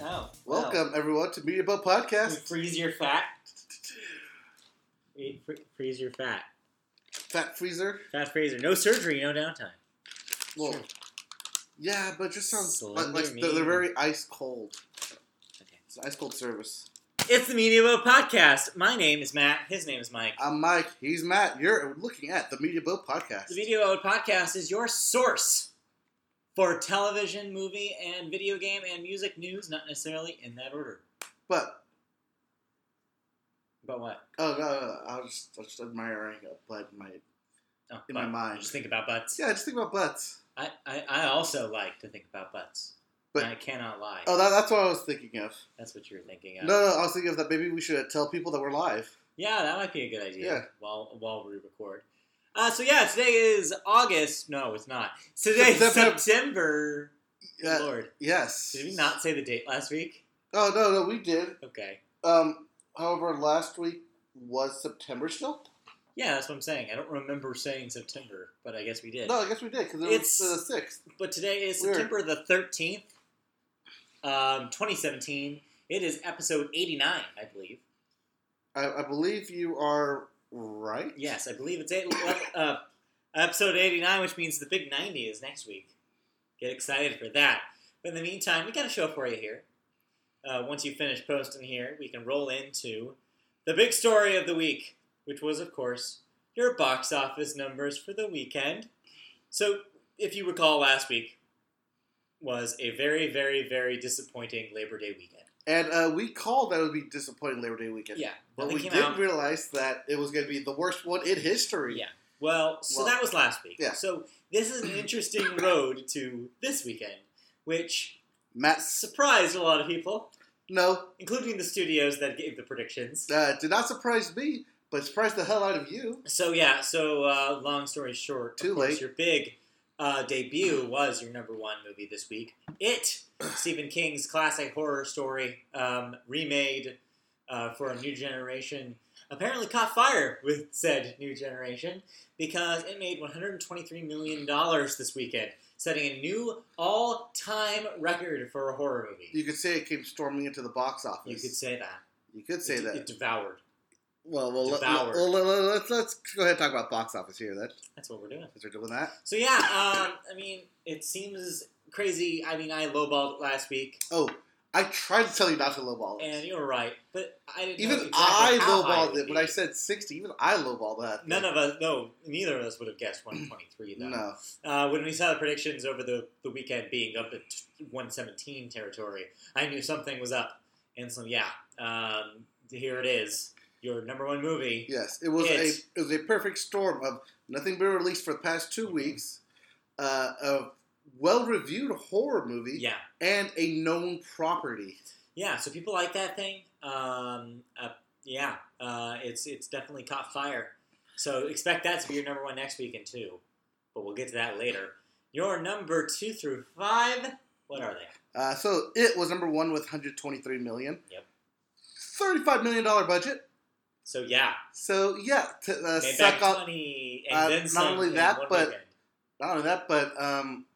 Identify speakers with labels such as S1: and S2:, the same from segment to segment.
S1: uh, Welcome, everyone, to Media Boat Podcast.
S2: Oh, Freeze your fat. Fre- fre- Freeze your fat.
S1: Fat Freezer.
S2: Fat freezer. No surgery, no downtime.
S1: Well,
S2: Sure.
S1: yeah, but it just sounds like,
S2: Slender
S1: like they're, they're
S2: Man.
S1: very ice cold.
S2: Okay.
S1: It's an ice cold service.
S2: It's the Media Boat Podcast. My name is Matt. His name is Mike.
S1: I'm Mike. He's Matt. You're looking at the Media Boat Podcast.
S2: The Media Boat Podcast is your source for television, movie, and video game and music news, not necessarily in that order.
S1: but
S2: But what?
S1: oh no, no, no, I was just, I was just admiring a butt in my
S2: Oh,
S1: in my
S2: butt.
S1: mind.
S2: Just think about butts.
S1: yeah, just think about butts.
S2: I, I, I also like to think about butts.
S1: But-
S2: I cannot lie.
S1: Oh, that, that's what I was thinking of.
S2: That's what you were thinking
S1: No,
S2: of.
S1: no, I was thinking of that. Maybe we should tell people that we're live.
S2: Yeah, that might be a good idea.
S1: Yeah.
S2: While while we record. Uh, so yeah, today is August. No, it's not. Today is
S1: September.
S2: September.
S1: Yeah.
S2: Lord,
S1: Yes.
S2: did we not say the date last week?
S1: Oh no, no, we did.
S2: Okay.
S1: Um, however, last week was September still.
S2: Yeah, that's what I'm saying. I don't remember saying September, but I guess we did.
S1: No, I guess we did because it
S2: It's-
S1: was uh, the sixth.
S2: But today is
S1: Weird.
S2: September the 13th, um, 2017. It is episode 89, I believe.
S1: I, I believe you are right.
S2: Yes, I believe it's eight, uh, episode 89, which means the big 90 is next week. Get excited for that. But in the meantime, we got a show for you here. Uh, once you finish posting here, we can roll into the big story of the week, which was, of course, your box office numbers for the weekend. So, if you recall, last week was a very, very, very disappointing Labor Day weekend.
S1: And uh, we called that it would be disappointing Labor Day weekend.
S2: Yeah,
S1: But
S2: nothing
S1: we
S2: came
S1: did
S2: out.
S1: realize that it was going to be the worst one in history.
S2: Yeah. Well, so
S1: Well,
S2: that was last week.
S1: yeah.
S2: So this is an interesting road to this weekend, which
S1: Matt,
S2: surprised a lot of people,
S1: no,
S2: including the studios that gave the predictions.
S1: uh, did not surprise me, but surprised the hell out of you.
S2: So yeah. So uh, long story short,
S1: Too
S2: of course,
S1: late.
S2: Your big uh, debut was your number one movie this week. It, Stephen King's classic horror story, um, remade uh, for a new generation. Apparently caught fire with said new generation because it made 123 million dollars this weekend, setting a new all-time record for a horror movie.
S1: You could say it came storming into the box
S2: You
S1: office.
S2: could say that.
S1: You could say
S2: it,
S1: that.
S2: it devoured.
S1: well, well, let,
S2: devoured.
S1: us let's go ahead and talk about box office here then,
S2: That's what we're doing.
S1: since we're doing that.
S2: So yeah, um, I mean, it seems crazy. I mean, I lowballed it last week,
S1: Oh, I tried to tell you not to lowball it.
S2: and you were right, but I didn't.
S1: even
S2: know exactly
S1: I
S2: how high
S1: lowballed
S2: would
S1: it when
S2: be.
S1: I said 60. Even I lowballed that.
S2: None of us, no, neither of us would have guessed 123 though.
S1: No.
S2: Uh, when we saw the predictions over the, the weekend being up at 117 territory, I knew something was up. And so yeah, um, here it is, your number one movie.
S1: Yes, it was a
S2: It's-
S1: it was a perfect storm of nothing been released for the past 2
S2: Mhm.
S1: weeks, uh, a well reviewed horror movie,
S2: Yeah,
S1: and a known property.
S2: yeah. So people like that thing. Um, uh, yeah, uh, it's it's definitely caught fire. So expect that to be your number one next weekend too. But we'll get to that later. Your number two through five. What are they?
S1: Uh, so it was number one with 123 million.
S2: Yep.
S1: 35 million dollar budget.
S2: So yeah,
S1: So yeah, to, uh,
S2: made
S1: suck
S2: back
S1: up.
S2: twenty, and
S1: uh,
S2: then
S1: not
S2: some
S1: only
S2: in
S1: that,
S2: one
S1: but-
S2: weekend.
S1: Not only that, but um,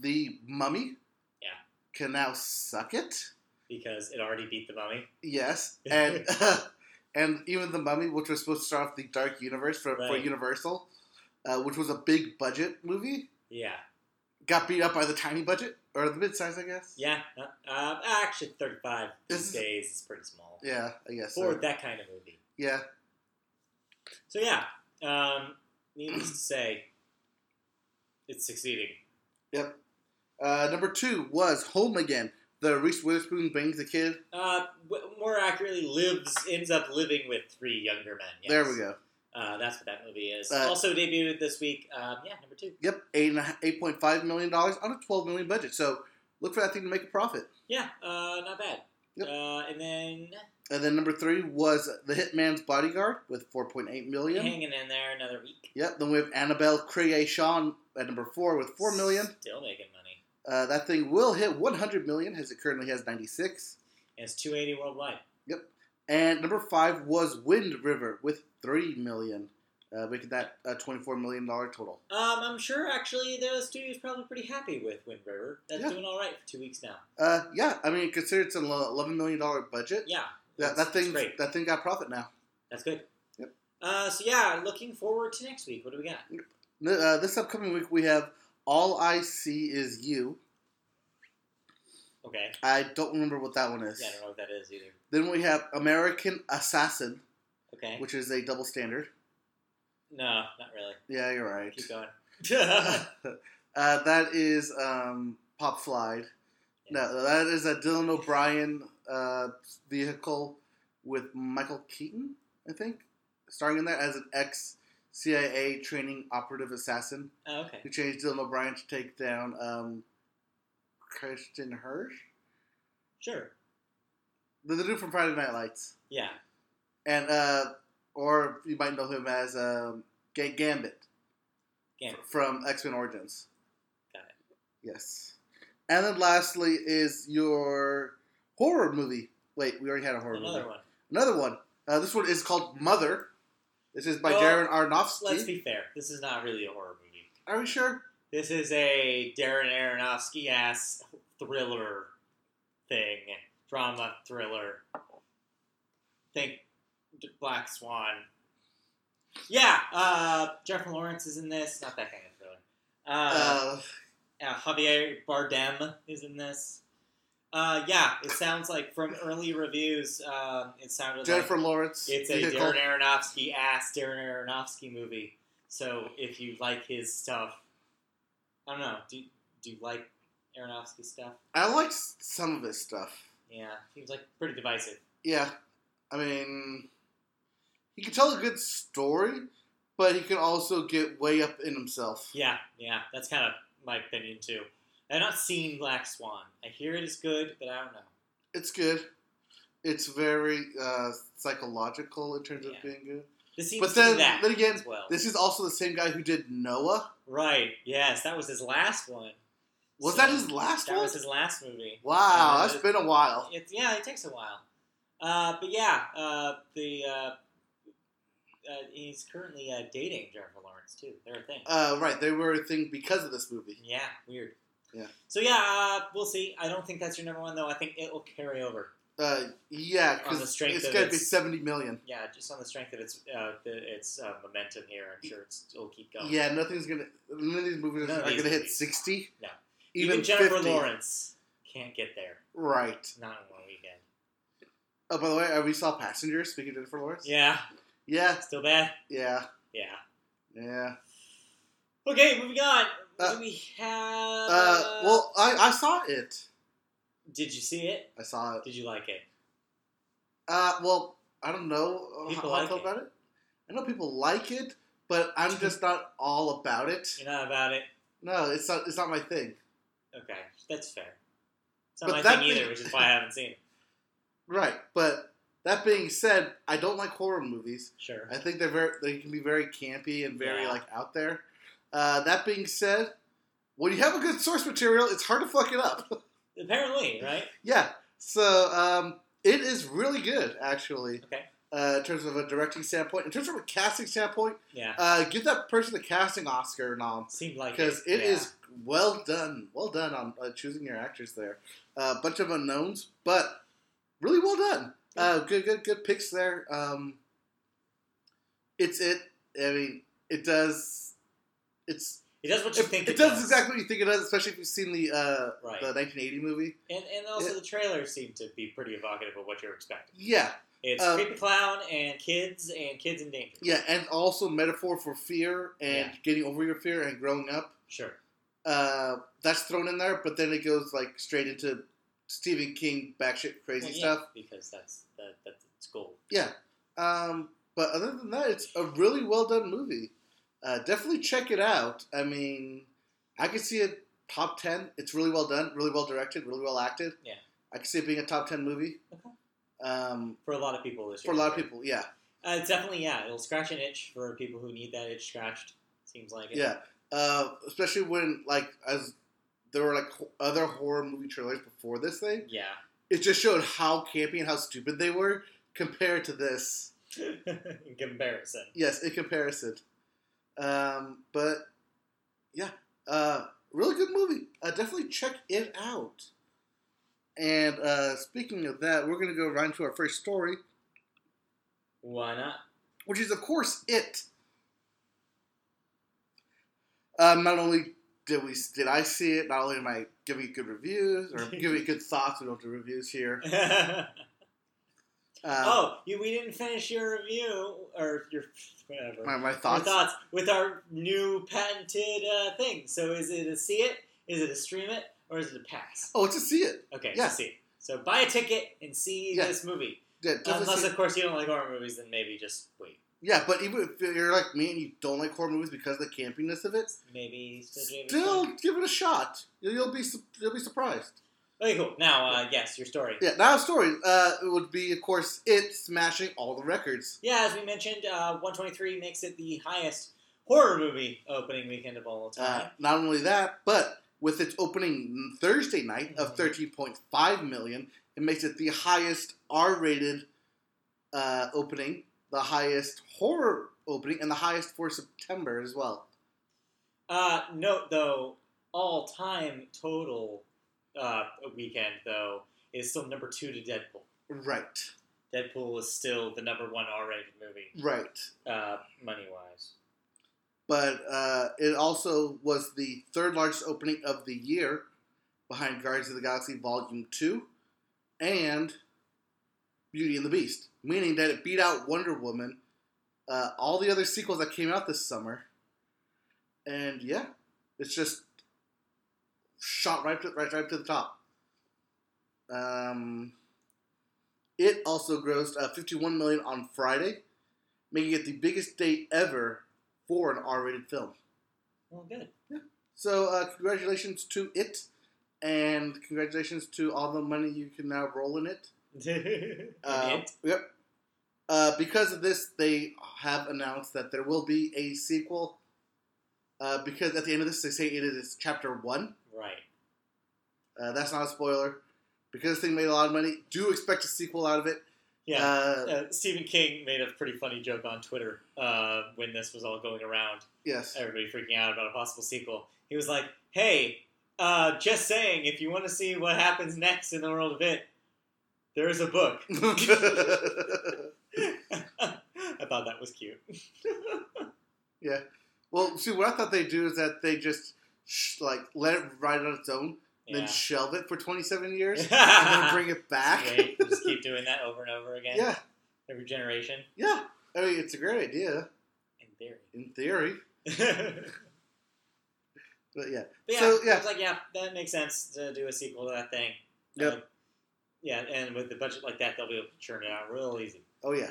S1: the Mummy.
S2: Yeah.
S1: Can now suck it.
S2: because it already beat the mummy.
S1: Yes, and and even the Mummy, which was supposed to start off the Dark Universe for, for
S2: Right.
S1: Universal, uh, which was a big budget movie,
S2: Yeah,
S1: got beat up by the tiny budget or the mid size, I guess.
S2: yeah. Uh, uh, actually, thirty-five
S1: This
S2: these
S1: is-
S2: days is pretty small
S1: Yeah, I guess.
S2: for
S1: So.
S2: that kind of movie.
S1: Yeah,
S2: So yeah, um, needless to say, it's succeeding.
S1: yep. Uh, number two was Home Again. The Reese Witherspoon bangs the kid.
S2: Uh, w- more accurately, lives ends up living with three younger men. Yes.
S1: There we go.
S2: Uh, that's what that movie is.
S1: Uh,
S2: also debuted this week. Um, yeah, number two.
S1: Yep, eight and a h- eight point five million dollars on a twelve million budget. So look for that thing to make a profit.
S2: Yeah, uh, not bad.
S1: Yep.
S2: Uh, and then
S1: And then number three was The Hitman's Bodyguard with four point eight million.
S2: hanging in there another week.
S1: Yep. Then we have Annabelle Creation at number four with four million.
S2: Still making money.
S1: Uh, that thing will hit 100 million, as it currently has 96.
S2: And it's two eighty worldwide.
S1: And number five was Wind River with 30 million. uh, making that a twenty-four million dollar total.
S2: Um, I'm sure actually the studio's probably pretty happy with Wind River. That's
S1: Yeah.
S2: doing all right for two weeks now.
S1: Uh, yeah, I mean, consider it's an eleven million dollar budget.
S2: Yeah,
S1: that,
S2: that's-
S1: that thing,
S2: that's great.
S1: that thing got profit now.
S2: That's good.
S1: Yep.
S2: Uh, so yeah, looking forward to next week. What do we got?
S1: Th- Uh, this upcoming week we have All I See Is You.
S2: Okay.
S1: I don't remember what that one is.
S2: Yeah, I don't know what that is either.
S1: Then we have American Assassin,
S2: Okay.
S1: which is a double standard.
S2: No, not really.
S1: Yeah, you're right.
S2: Keep going.
S1: Uh, that is um, Pop Flied. No, that is a Dylan O'Brien uh, vehicle with Michael Keaton, I think, starring in that as an ex CIA training operative assassin
S2: Oh, okay.
S1: who changed Dylan O'Brien to take down um, Christian Hirsch,
S2: Sure.
S1: the, the dude from Friday Night Lights,
S2: Yeah.
S1: and uh, or you might know him as um, Ga- Gambit
S2: Gambit.
S1: from X Men Origins.
S2: Got it.
S1: Yes. And then lastly is your horror movie. Wait, we already had a horror movie.
S2: Another one.
S1: Another one. Uh, this one is called Mother. This is by
S2: Well,
S1: Darren
S2: Let's
S1: Aronofsky.
S2: be fair. This is not really a horror movie.
S1: Are we sure?
S2: This is a Darren Aronofsky ass thriller thing, drama thriller. Think D- Black Swan. Yeah, uh, Jennifer Lawrence is in this. Not that kind of thriller. Uh,
S1: Uh,
S2: yeah, Javier Bardem is in this. Uh, yeah, it sounds like from early reviews, um, it sounded like
S1: Jennifer Lawrence.
S2: it's a
S1: vehicle.
S2: Darren Aronofsky ass Darren Aronofsky movie. So if you like his stuff, I don't know. Do do you like Aronofsky stuff?
S1: I like s- some of his stuff.
S2: Yeah, he was like pretty divisive.
S1: Yeah. I mean, he can tell a good story, but he can also get way up in himself.
S2: Yeah, yeah, that's kind of my opinion too. I've not seen Black Swan. I hear it is good, but I don't know.
S1: It's good. It's very uh, psychological in terms of
S2: Yeah.
S1: being good.
S2: This seems
S1: But
S2: to
S1: then-
S2: be that
S1: then again,
S2: as well.
S1: This is also the same guy who did Noah.
S2: right? Yes, that was his last one.
S1: Was
S2: So,
S1: that his last
S2: That
S1: one?
S2: was his last movie.
S1: wow,
S2: Yeah,
S1: that's
S2: it-
S1: been a while.
S2: It's yeah, it takes a while. Uh, but yeah, uh, the uh, uh, he's currently uh, dating Jennifer Lawrence too. They're a thing.
S1: Uh, right, they were a thing because of this movie.
S2: yeah, weird.
S1: Yeah.
S2: So yeah, uh, we'll see. I don't think that's your number one though. I think it will carry over.
S1: Uh, yeah,
S2: On the
S1: because
S2: strength
S1: it's
S2: of
S1: gonna be
S2: its-
S1: seventy million.
S2: Yeah, just on the strength of its uh, the, its uh, momentum here, I'm sure it's, it'll keep going.
S1: Yeah, nothing's gonna. None of these movies
S2: None of
S1: are
S2: these
S1: gonna hit
S2: movies.
S1: sixty.
S2: No.
S1: even,
S2: Jennifer
S1: 50.
S2: Lawrence can't get there.
S1: Right.
S2: Not in one weekend.
S1: Oh, by the way, uh, we saw Passengers. Speaking of Jennifer Lawrence.
S2: Yeah,
S1: yeah,
S2: still bad.
S1: yeah,
S2: Yeah.
S1: yeah.
S2: Okay, moving on. What
S1: Uh,
S2: do we have?
S1: Uh, well, I, I saw it.
S2: did you see it?
S1: I saw it.
S2: Did you like it?
S1: Uh, well, I don't know uh, how
S2: People
S1: I
S2: like
S1: feel
S2: it.
S1: about it. I know people like it, but I'm just not all about it.
S2: You're not about it.
S1: No, it's not. It's not my thing.
S2: Okay, that's fair. It's not
S1: But
S2: my
S1: that
S2: thing either,
S1: being-
S2: which is why I haven't seen it.
S1: Right, but that being said, I don't like horror movies.
S2: Sure.
S1: I think they're very they can be very campy and very
S2: Yeah.
S1: like out there. Uh, that being said, when you have a good source material, it's hard to fuck it up.
S2: Apparently, right?
S1: yeah, so um, it is really good actually.
S2: Okay.
S1: Uh, in terms of a directing standpoint, in terms of a casting standpoint,
S2: Yeah.
S1: uh, give that person a casting Oscar nom
S2: Seemed like
S1: because it is
S2: yeah.
S1: well done, well done on uh, choosing your actors there. A bunch of unknowns, but really well done. Uh, good, good, good picks there. Um, it's it. I mean, it does. It's
S2: It does what you
S1: it,
S2: think
S1: it
S2: it,
S1: does, exactly what you think it does, especially if you've seen the uh,
S2: Right.
S1: the 1980 movie.
S2: And, and also
S1: Yeah.
S2: the trailers seem to be pretty evocative of what you're expecting.
S1: Yeah,
S2: It's
S1: Um,
S2: creepy clown and kids and kids in danger.
S1: yeah, and also metaphor for fear and getting over your fear and growing up.
S2: Sure.
S1: Uh, that's thrown in there, but then it goes like straight into Stephen King batshit crazy
S2: Well, yeah,
S1: stuff.
S2: Because that's that, that's its goal.
S1: Um, but other than that, it's a really well done movie. Uh, definitely check it out. I mean, I could see it top ten. It's really well done, really well directed, really well acted.
S2: Yeah.
S1: I could see it being a top ten movie. Um,
S2: For a lot of people this
S1: for a
S2: year.
S1: lot of people, yeah,
S2: Uh, it's definitely, yeah, it'll scratch an itch for people who need that itch scratched. Seems like it.
S1: yeah. Uh, especially when like as there were like ho- other horror movie trailers before this thing,
S2: Yeah.
S1: it just showed how campy and how stupid they were compared to this.
S2: in comparison.
S1: Yes, in comparison. Um, but yeah, uh, really good movie. Uh, definitely check it out. And uh, speaking of that, we're going to go right into our first story,
S2: Why not?
S1: which is, of course, it. Um, not only did we did I see it, not only am I giving it good reviews or giving it good thoughts. We don't do reviews here. Um,
S2: oh, you, we didn't finish your review or your whatever.
S1: my, my
S2: Your
S1: thoughts.
S2: thoughts with our new patented uh, thing. So is it a see it? Is it a stream it? Or is it a pass?
S1: Oh, it's a see it.
S2: Okay,
S1: yeah.
S2: so see. it. So buy a ticket and see
S1: Yeah.
S2: this movie.
S1: Yeah, definitely see
S2: Unless,
S1: it.
S2: of course, you don't like horror movies, then maybe just wait.
S1: Yeah, but even if you're like me and you don't like horror movies because of the campiness of it,
S2: Maybe still James
S1: still
S2: Bond.
S1: give it a shot. You'll, you'll be su- you'll be surprised.
S2: Okay, cool. Now, uh, yes, your story.
S1: Yeah, now story uh, it would be of course it smashing all the records.
S2: Yeah, as we mentioned, uh, 123 makes it the highest horror movie opening weekend of all time.
S1: Uh, not only that, but with its opening Thursday night of
S2: Mhm.
S1: 13.5 million, it makes it the highest R-rated uh, opening, the highest horror opening, and the highest for September as well.
S2: Uh, note though, all time total uh, weekend though is still number two to Deadpool.
S1: Right,
S2: Deadpool is still the number one R-rated movie,
S1: right.
S2: uh, money wise.
S1: but uh, it also was the third largest opening of the year behind Guardians of the Galaxy Volume 2 and Beauty and the Beast, meaning that it beat out Wonder Woman, uh, all the other sequels that came out this summer. And yeah, it's just shot right to, right, right to the top. Um, it also grossed uh, 51 million on Friday, making it the biggest day ever for an R-rated film.
S2: Well, good.
S1: So uh, congratulations to it, and congratulations to all the money you can now roll in it. Uh,
S2: It?
S1: Yep. Uh, because of this, they have announced that there will be a sequel. Uh, because at the end of this, they say it is chapter one.
S2: right.
S1: Uh, that's not a spoiler. Because this thing made a lot of money, do expect a sequel out of it.
S2: Yeah.
S1: Uh,
S2: Uh, Stephen King made a pretty funny joke on Twitter uh, when this was all going around.
S1: yes.
S2: everybody freaking out about a possible sequel. He was like, "Hey, uh, just saying, if you want to see what happens next in the world of it, there is a book." I thought that was cute.
S1: well, see, what I thought they do is that they just sh- like let it ride on its own, and
S2: Yeah.
S1: then shelve it for 27 years. and then bring it back.
S2: Great. Just keep doing that over and over again.
S1: yeah,
S2: Every generation.
S1: yeah. I mean, it's a great idea
S2: And theory.
S1: in theory,
S2: but
S1: but yeah,
S2: yeah,
S1: So, yeah.
S2: I was like, yeah, that makes sense to do a sequel to that thing.
S1: Yep.
S2: Um, yeah, and with the budget like that, they'll be able to churn it out real easy.
S1: oh yeah.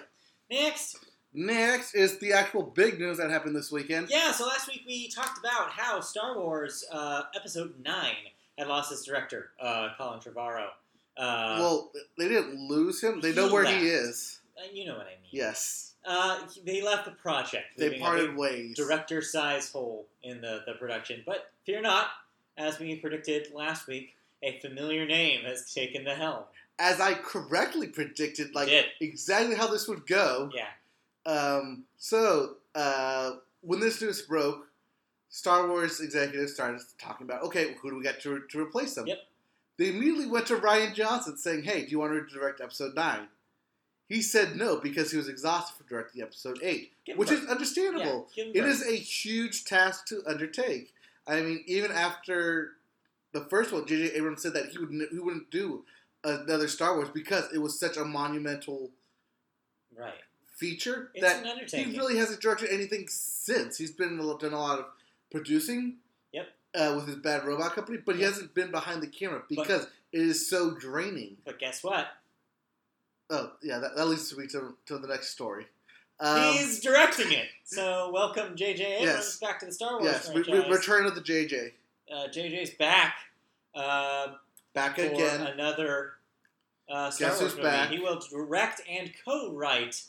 S2: Next.
S1: Next is the actual big news that happened this weekend.
S2: Yeah, so last week we talked about how Star Wars uh, Episode 9 had lost its director, uh, Colin Trevorrow. Uh,
S1: Well, they didn't lose him. They
S2: He
S1: know where
S2: left.
S1: he is.
S2: you know what I mean.
S1: Yes,
S2: Uh, he- they left the project.
S1: they
S2: leaving a
S1: parted
S2: big
S1: ways.
S2: Director size hole in the, the production. But fear not, as we predicted last week, a familiar name has taken the helm.
S1: As I correctly predicted, like
S2: Did.
S1: exactly how this would go.
S2: Yeah.
S1: Um, so uh, when this news broke, Star Wars executives started talking about, okay, who do we get to, to replace them?
S2: Yep.
S1: They immediately went to Ryan Johnson saying, hey, do you want to direct episode nine? He said no because he was exhausted for directing episode eight,
S2: Give him
S1: which
S2: credit.
S1: is understandable.
S2: Yeah, give him
S1: It
S2: credit.
S1: is a huge task to undertake. I mean, even after the first one, J.J. Abrams said that he would n- he wouldn't do another Star Wars because it was such a monumental
S2: Right.
S1: feature
S2: It's
S1: that
S2: an undertaking.
S1: he really hasn't directed anything since. He's been done a lot of producing.
S2: Yep.
S1: Uh, with his Bad Robot Company, but he
S2: Yep.
S1: hasn't been behind the camera because it is so draining.
S2: But guess what?
S1: Oh, yeah, that, that leads me to, to the next story. Um,
S2: He's directing it. So welcome J.J. Abrams
S1: Yes.
S2: back to the Star Wars
S1: yes, re-
S2: franchise.
S1: re- Return of the JJ.
S2: uh, JJ's back uh,
S1: Back
S2: for
S1: again.
S2: another uh, Star
S1: Guess
S2: Wars
S1: who's
S2: movie.
S1: back?
S2: He will direct and co-write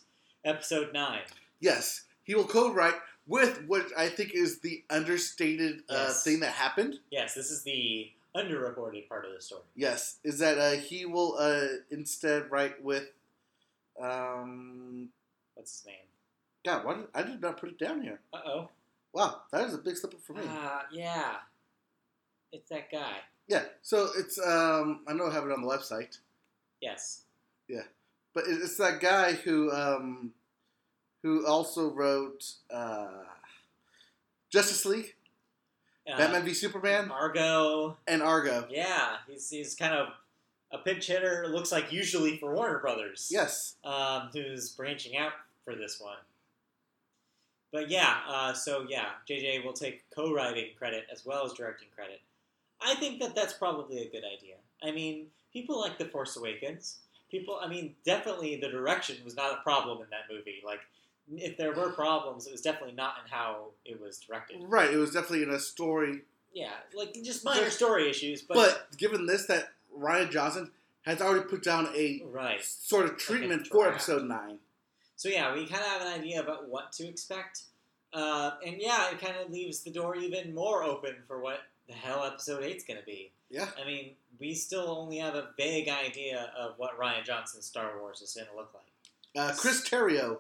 S2: Episode Nine.
S1: Yes, he will co write with what I think is the understated uh,
S2: Yes.
S1: thing that happened.
S2: Yes, this is the underreported part of the story.
S1: Yes, is that uh, he will uh, instead write with. Um,
S2: what's his name?
S1: God, why did, I did not put it down here.
S2: Uh oh.
S1: Wow, that is a big slip up for me.
S2: Uh, yeah. It's that guy.
S1: Yeah, so it's um, I know I have it on the website,
S2: Yes.
S1: but it- it's that guy who um, who also wrote uh, Justice League,
S2: Uh,
S1: Batman v Superman,
S2: Argo.
S1: and Argo.
S2: Yeah, he's, he's kind of a pinch hitter, looks like usually for Warner Brothers.
S1: Yes,
S2: Um, who's branching out for this one. But yeah, uh, so yeah, JJ will take co writing credit as well as directing credit. I think that that's probably a good idea. I mean, people like The Force Awakens. People, I mean, definitely the direction was not a problem in that movie. Like, if there were problems, it was definitely not in how it was directed.
S1: right. It was definitely in a story,
S2: Yeah, like just minor story issues, but,
S1: but given this, that Ryan Johnson has already put down a
S2: right.
S1: sort of treatment for
S2: draft.
S1: episode nine.
S2: So yeah, we kind of have an idea about what to expect, uh, and yeah, it kind of leaves the door even more open for what the hell episode eight's going to be.
S1: Yeah.
S2: I mean, we still only have a vague idea of what Ryan Johnson's Star Wars is going to look like.
S1: Uh, Chris Terrio,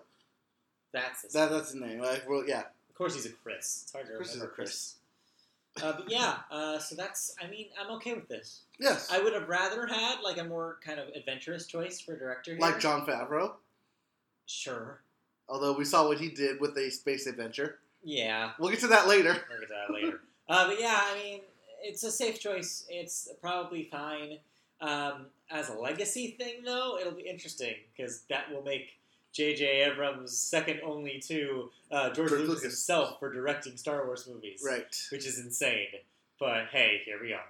S2: That's his
S1: that, that's his name. Like, well, yeah,
S2: Of course, he's a Chris. It's hard to
S1: Chris is a
S2: remember
S1: Chris.
S2: Uh, but yeah, uh, so that's. I mean, I'm okay with this.
S1: Yes,
S2: I would have rather had like a more kind of adventurous choice for director. Here.
S1: like John Favreau.
S2: Sure.
S1: Although we saw what he did with a space adventure,
S2: Yeah.
S1: we'll get to that later.
S2: We'll get to that later. Uh, but yeah, I mean, it's a safe choice. It's probably fine. Um, as a legacy thing, though, it'll be interesting because that will make J.J. Abrams second only to uh, George
S1: George
S2: Lucas,
S1: Lucas.
S2: himself for directing Star Wars movies,
S1: Right.
S2: which is insane. But hey, here we are.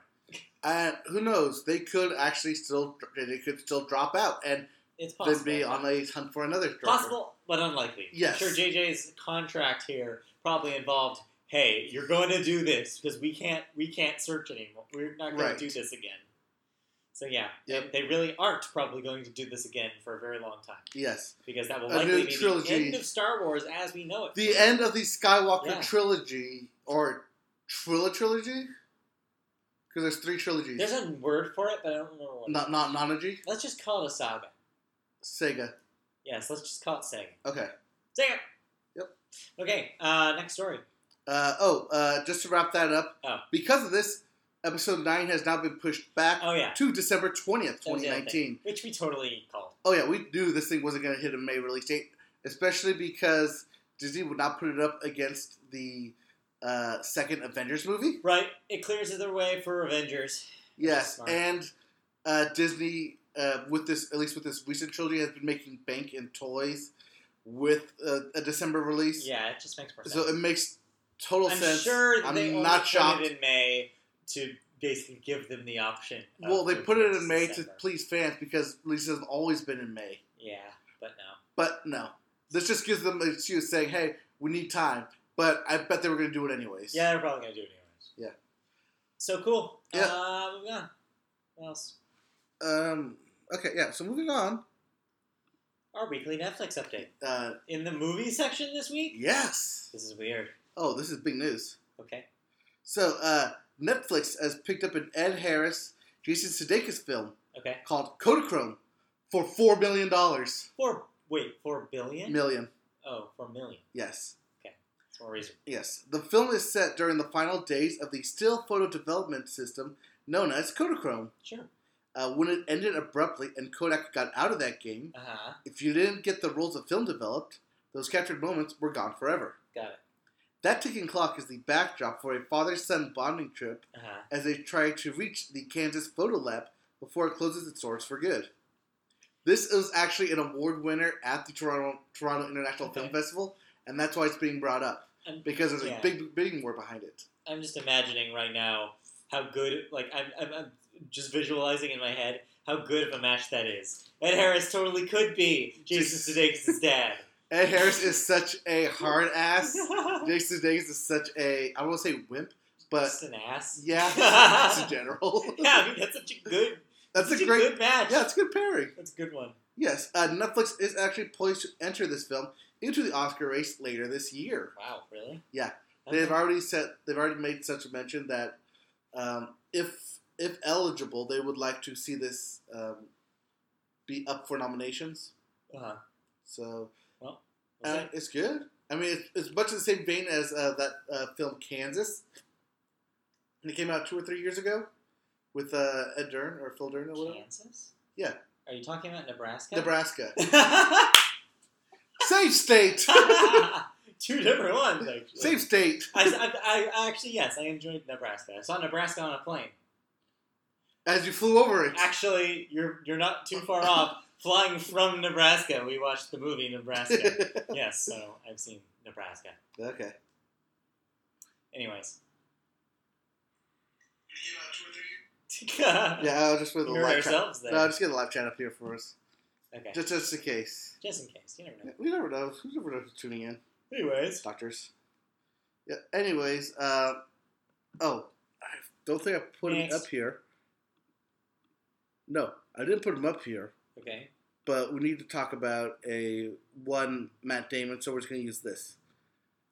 S1: And who knows? They could actually still they could still drop out and
S2: It's possible.
S1: then be on a hunt for another director.
S2: possible, but unlikely.
S1: Yes.
S2: Sure, J.J.'s contract here probably involved. Hey, you're going to do this because we can't we can't search anymore. We're not going
S1: Right.
S2: to do this again. So yeah,
S1: Yep.
S2: they, they really aren't probably going to do this again for a very long time
S1: Yes.
S2: because that will
S1: A
S2: likely
S1: new
S2: be
S1: trilogy.
S2: the end of Star Wars as we know it.
S1: The end of the Skywalker
S2: Yeah.
S1: trilogy or Trilla trilogy? Because there's three trilogies.
S2: There's a word for it, but I don't remember what. it
S1: not not Nonagy?
S2: is. Let's just call it a saga.
S1: Sega.
S2: Yes, let's just call it saga.
S1: Okay.
S2: Saga.
S1: Yep.
S2: Okay. Uh, next story.
S1: Uh, oh, uh, just to wrap that up,
S2: Oh.
S1: because of this, episode nine has now been pushed back
S2: Oh yeah,
S1: to December twentieth,
S2: That
S1: twenty
S2: was the other
S1: nineteen.
S2: which we totally called.
S1: Oh yeah, we knew this thing wasn't going to hit a May release date, especially because Disney would not put it up against the uh, second Avengers movie.
S2: Right. It clears the way for Avengers. That's
S1: Yes,
S2: smart.
S1: and uh, Disney uh, with this, at least with this recent trilogy, has been making bank in toys with uh, a December release.
S2: Yeah, it just makes more sense.
S1: So it makes total
S2: I'm
S1: sense.
S2: sure that
S1: I'm
S2: they only
S1: not
S2: put
S1: shocked.
S2: it in May to basically give them the option. of
S1: well, they
S2: moving
S1: put it
S2: to
S1: in May to
S2: December.
S1: please fans because releases have always been in May.
S2: Yeah, but no.
S1: But no, this just gives them an excuse saying, "Hey, we need time." But I bet they were going to do it anyways.
S2: Yeah, they're probably gonna do it anyways.
S1: Yeah.
S2: So cool.
S1: Yeah.
S2: Uh, moving on. What else?
S1: Um. Okay. Yeah. So moving on.
S2: Our weekly Netflix update
S1: Uh.
S2: in the movie section this week.
S1: Yes.
S2: This is weird.
S1: Oh, this is big news.
S2: Okay.
S1: So, uh, Netflix has picked up an Ed Harris, Jason Sudeikis film
S2: Okay.
S1: called Kodachrome for four million dollars.
S2: Four. Wait. Four billion.
S1: Million.
S2: oh, four million.
S1: Yes.
S2: That's more reason.
S1: Yes. The film is set during the final days of the still photo development system known as Kodachrome.
S2: Sure.
S1: Uh, when it ended abruptly and Kodak got out of that game,
S2: Uh huh.
S1: if you didn't get the rules of film developed, those captured moments were gone forever.
S2: Got it.
S1: That ticking clock is the backdrop for a father son bonding trip
S2: Uh huh.
S1: as they try to reach the Kansas photo lab before it closes its doors for good. This is actually an award winner at the Toronto, Toronto International Film
S2: Okay.
S1: Festival, and that's why it's being brought up
S2: And-
S1: because there's
S2: yeah.
S1: a big bidding war behind it.
S2: I'm just imagining right now how good, like, I'm, I'm, I'm just visualizing in my head how good of a match that is. Ed Harris totally could be Jason Sudeikis' dad.
S1: Ed Harris is such a hard ass. Jason Sudeikis is such a I won't say wimp, but
S2: just an ass.
S1: yeah, it's a
S2: yeah,
S1: general.
S2: I mean, that's such a good,
S1: That's
S2: such
S1: a great.
S2: good match.
S1: Yeah, it's a good pairing.
S2: That's a good one.
S1: Yes, uh, Netflix is actually poised to enter this film into the Oscar race later this year.
S2: Wow, really?
S1: Yeah.
S2: Okay.
S1: They've already said they've already made such a mention that um, if if eligible, they would like to see this um, be up for nominations.
S2: Uh-huh.
S1: So
S2: Well, Was
S1: Uh,
S2: that-
S1: it's good. I mean, it's, it's much in the same vein as uh, that uh, film Kansas. And it came out two or three years ago with uh, Ed Dern or Phil Dern or whatever.
S2: Kansas?
S1: Uh, Yeah.
S2: Are you talking about Nebraska?
S1: Nebraska.
S2: Nebraska.
S1: Safe state!
S2: Two different ones, actually.
S1: Safe state!
S2: I, I, I actually yes, I enjoyed Nebraska. I saw Nebraska on a plane.
S1: As you flew over it.
S2: Actually, you're you're not too far off. Flying from Nebraska, we watched the movie Nebraska. yes, so I've seen Nebraska.
S1: okay.
S2: Anyways,
S1: Yeah, I'll just put the
S2: Mirror
S1: live chat.
S2: ourselves there.
S1: No, I'll just get the live chat up here for us.
S2: okay, just,
S1: Just, just in case.
S2: in case you never know.
S1: We never know. We never know who's tuning in.
S2: Anyways,
S1: Doctors. Yeah. Anyways, uh, oh, I don't think I put him
S2: Next.
S1: up here. No, I didn't put him up here.
S2: okay,
S1: But we need to talk about a one Matt Damon, so we're just going to use this.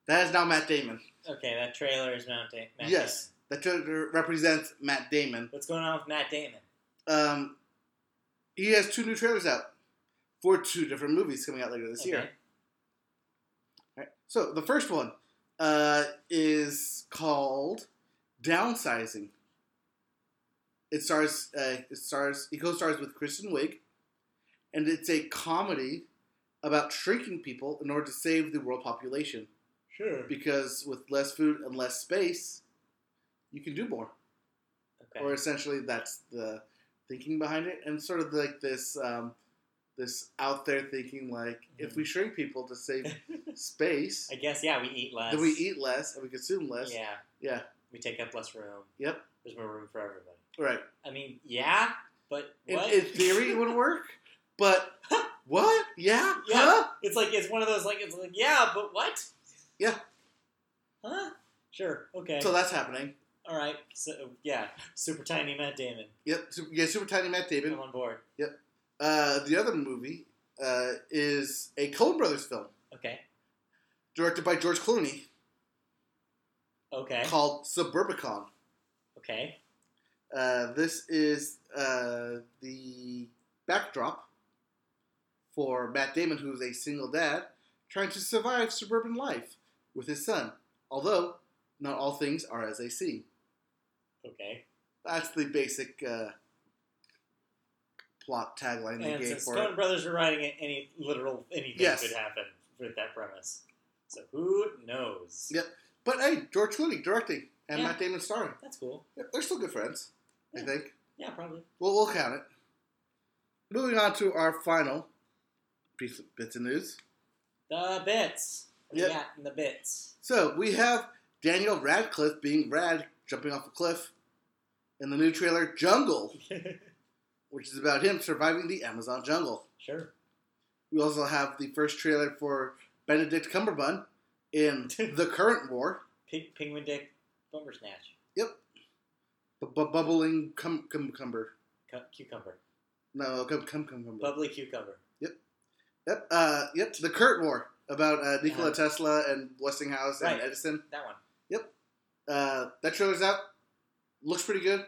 S1: That is now Matt Damon.
S2: okay. That trailer is Mount da- Matt
S1: yes,
S2: Damon.
S1: that trailer represents Matt Damon.
S2: What's going on with Matt Damon?
S1: Um, he has two new trailers out for two different movies coming out later this year.
S2: Okay.
S1: Alright, So the first one uh, is called Downsizing. It stars uh, it stars it co-stars with Kristen Wiig, and it's a comedy about shrinking people in order to save the world population.
S2: Sure.
S1: Because with less food and less space, you can do more.
S2: Okay.
S1: Or essentially, that's the thinking behind it, and sort of like this um, this out there thinking like if we
S2: Mm-hmm.
S1: shrink people to save space,
S2: I guess yeah. We eat less.
S1: then we eat less and we consume less.
S2: Yeah.
S1: Yeah.
S2: We take up less room.
S1: Yep.
S2: There's more room for everybody.
S1: Right.
S2: I mean, yeah, but
S1: In,
S2: what?
S1: in theory, it would work, but what? Yeah.
S2: Yeah.
S1: Huh?
S2: it's like it's one of those like it's like yeah, but what?
S1: Yeah.
S2: Huh? Sure. Okay.
S1: So that's happening.
S2: All right. So yeah, super tiny Matt Damon.
S1: Yep. Super, yeah. Super tiny Matt Damon.
S2: I'm on board.
S1: Uh, the other movie uh, is a Coen Brothers film
S2: Okay.
S1: directed by George Clooney
S2: Okay.
S1: called Suburbicon.
S2: Okay.
S1: Uh, this is uh, the backdrop for Matt Damon, who's a single dad trying to survive suburban life with his son. Although not all things are as they seem.
S2: Okay.
S1: That's the basic uh, plot tagline they
S2: And
S1: gave
S2: since
S1: for
S2: Coen
S1: it.
S2: Brothers were writing it, any literal anything
S1: Yes.
S2: could happen with that premise. So who knows?
S1: Yeah. But hey, George Clooney directing and
S2: Yeah.
S1: Matt Damon starring.
S2: That's cool.
S1: They're still good friends, I
S2: Yeah.
S1: think.
S2: Yeah, probably.
S1: Well, we'll count it. Moving on to our final piece of bits of news.
S2: The bits. What do
S1: Yep.
S2: We got in the bits.
S1: So we have Daniel Radcliffe being rad, jumping off a cliff in the new trailer Jungle, which is about him surviving the Amazon jungle.
S2: sure.
S1: We also have the first trailer for Benedict Cumberbun in The Current War,
S2: Pig, penguin dick bumper snatch.
S1: bu- bu- bubbling cum- cum- cumber.
S2: Cu- cucumber.
S1: No, cum- cum- cum- cumber.
S2: Bubbly cucumber.
S1: Yep, uh, yep, The Current War about uh, Nikola
S2: Yeah.
S1: Tesla and Westinghouse and
S2: Right.
S1: Edison.
S2: That one.
S1: Uh, that trailer's out. Looks pretty good.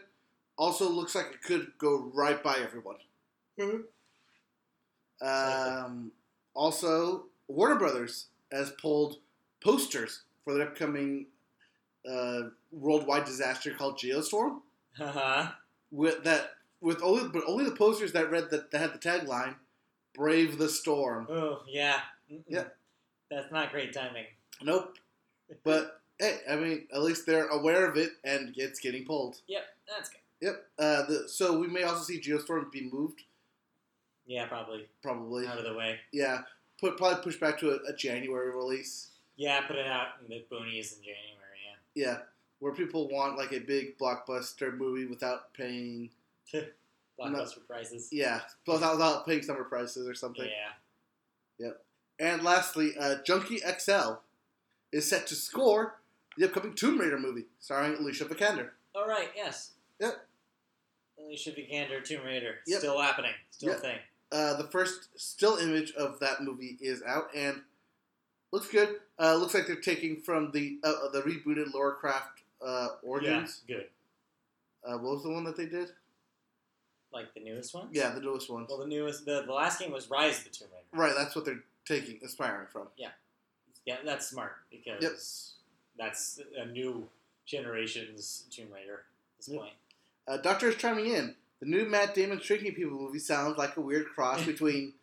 S1: Also looks like it could go right by everyone. Um, also, Warner Brothers has pulled posters for their upcoming uh, worldwide disaster called Geostorm.
S2: Haha.
S1: With that, with only but only the posters that read that, that had the tagline "Brave the storm."
S2: oh, yeah. Mm-mm.
S1: Yeah.
S2: That's not great timing.
S1: Nope. But hey, I mean, at least they're aware of it and it's getting pulled.
S2: Yep, that's good.
S1: Yep. Uh, the, so we may also see Geostorm be moved,
S2: Yeah, probably.
S1: probably.
S2: Out of the way.
S1: Yeah. Put probably push back to a, a January release.
S2: Yeah, put it out in the boonies in January, yeah.
S1: Yeah, where people want like a big blockbuster movie without paying.
S2: Blockbuster prices.
S1: Yeah, without, without paying summer prices or
S2: Yeah.
S1: something. And lastly, uh, Junkie XL is set to score the upcoming Tomb Raider movie starring Alicia Vikander.
S2: All right, yes.
S1: Yep.
S2: Alicia Vikander, Tomb Raider.
S1: Yep.
S2: Still happening. Still
S1: Yep.
S2: a thing.
S1: Uh, the first still image of that movie is out and looks good. Uh, looks like they're taking from the uh, the rebooted Laura Croft uh, Origins.
S2: Yeah, good.
S1: Uh, what was the one that they did?
S2: Like the newest one?
S1: Yeah, the newest one.
S2: Well, the newest, the, the last game was Rise of the Tomb Raider.
S1: Right, that's what they're taking, inspiring from.
S2: Yeah, that's smart because that's a new generation's Tomb Raider at this
S1: Yep.
S2: point.
S1: Uh, Doctor is chiming in. The new Matt Damon Shrinking People movie sounds like a weird cross between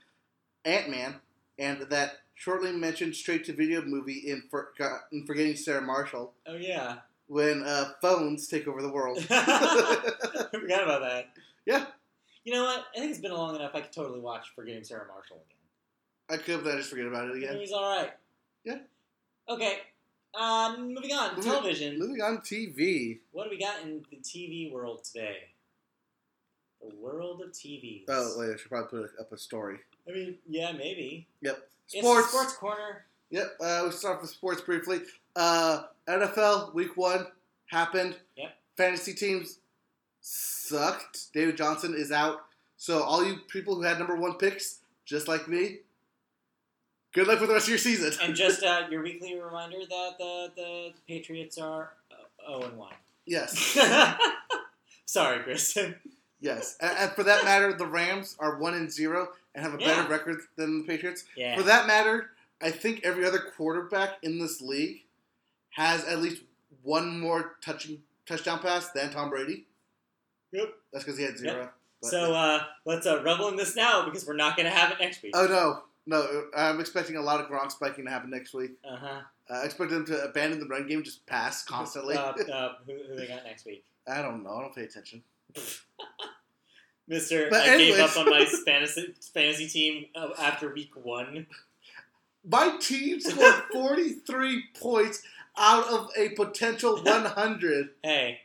S1: Ant Man and that shortly mentioned straight to video movie in, For- in Forgetting Sarah Marshall
S2: Oh yeah,
S1: when uh, phones take over the world.
S2: I forgot about that.
S1: Yeah.
S2: You know what? I think it's been long enough. I could totally watch Forgetting Sarah Marshall again.
S1: I could, but I just forget about it
S2: The
S1: again.
S2: movie's all right.
S1: Yeah.
S2: Okay. Um, moving on.
S1: Moving-
S2: Television.
S1: Moving on TV.
S2: What do we got in the TV world today? The world of TVs.
S1: Oh, wait, I should probably put up a story.
S2: I mean, yeah, maybe.
S1: Sports.
S2: It's the sports corner.
S1: Yep, uh, we start with sports briefly. Uh, NFL Week One happened.
S2: Yep.
S1: Fantasy teams sucked. David Johnson is out. So all you people who had number one picks, just like me, good luck with the rest of your season.
S2: And just uh, your weekly reminder that the, the Patriots are 0 and 1.
S1: yes,
S2: Sorry, Kristen.
S1: yes. and, and for that matter, the Rams are one and zero and have a
S2: Yeah.
S1: better record than the Patriots.
S2: Yeah.
S1: For that matter, I think every other quarterback in this league has at least one more touching touchdown pass than Tom Brady.
S2: Yep.
S1: That's because he had zero. but-
S2: So uh, let's uh, revel in this now because we're not going to have it next week.
S1: oh no, no! I'm expecting a lot of Gronk spiking to happen next week.
S2: Uh-huh.
S1: Uh, I expect them to abandon the run game, just pass constantly.
S2: Uh, uh, who, who they got next week?
S1: I don't know. I don't pay attention.
S2: Mister,
S1: But
S2: I gave
S1: anyways.
S2: up on my fantasy fantasy team uh, after week one.
S1: My team scored 43 points out of a potential 100.
S2: Hey,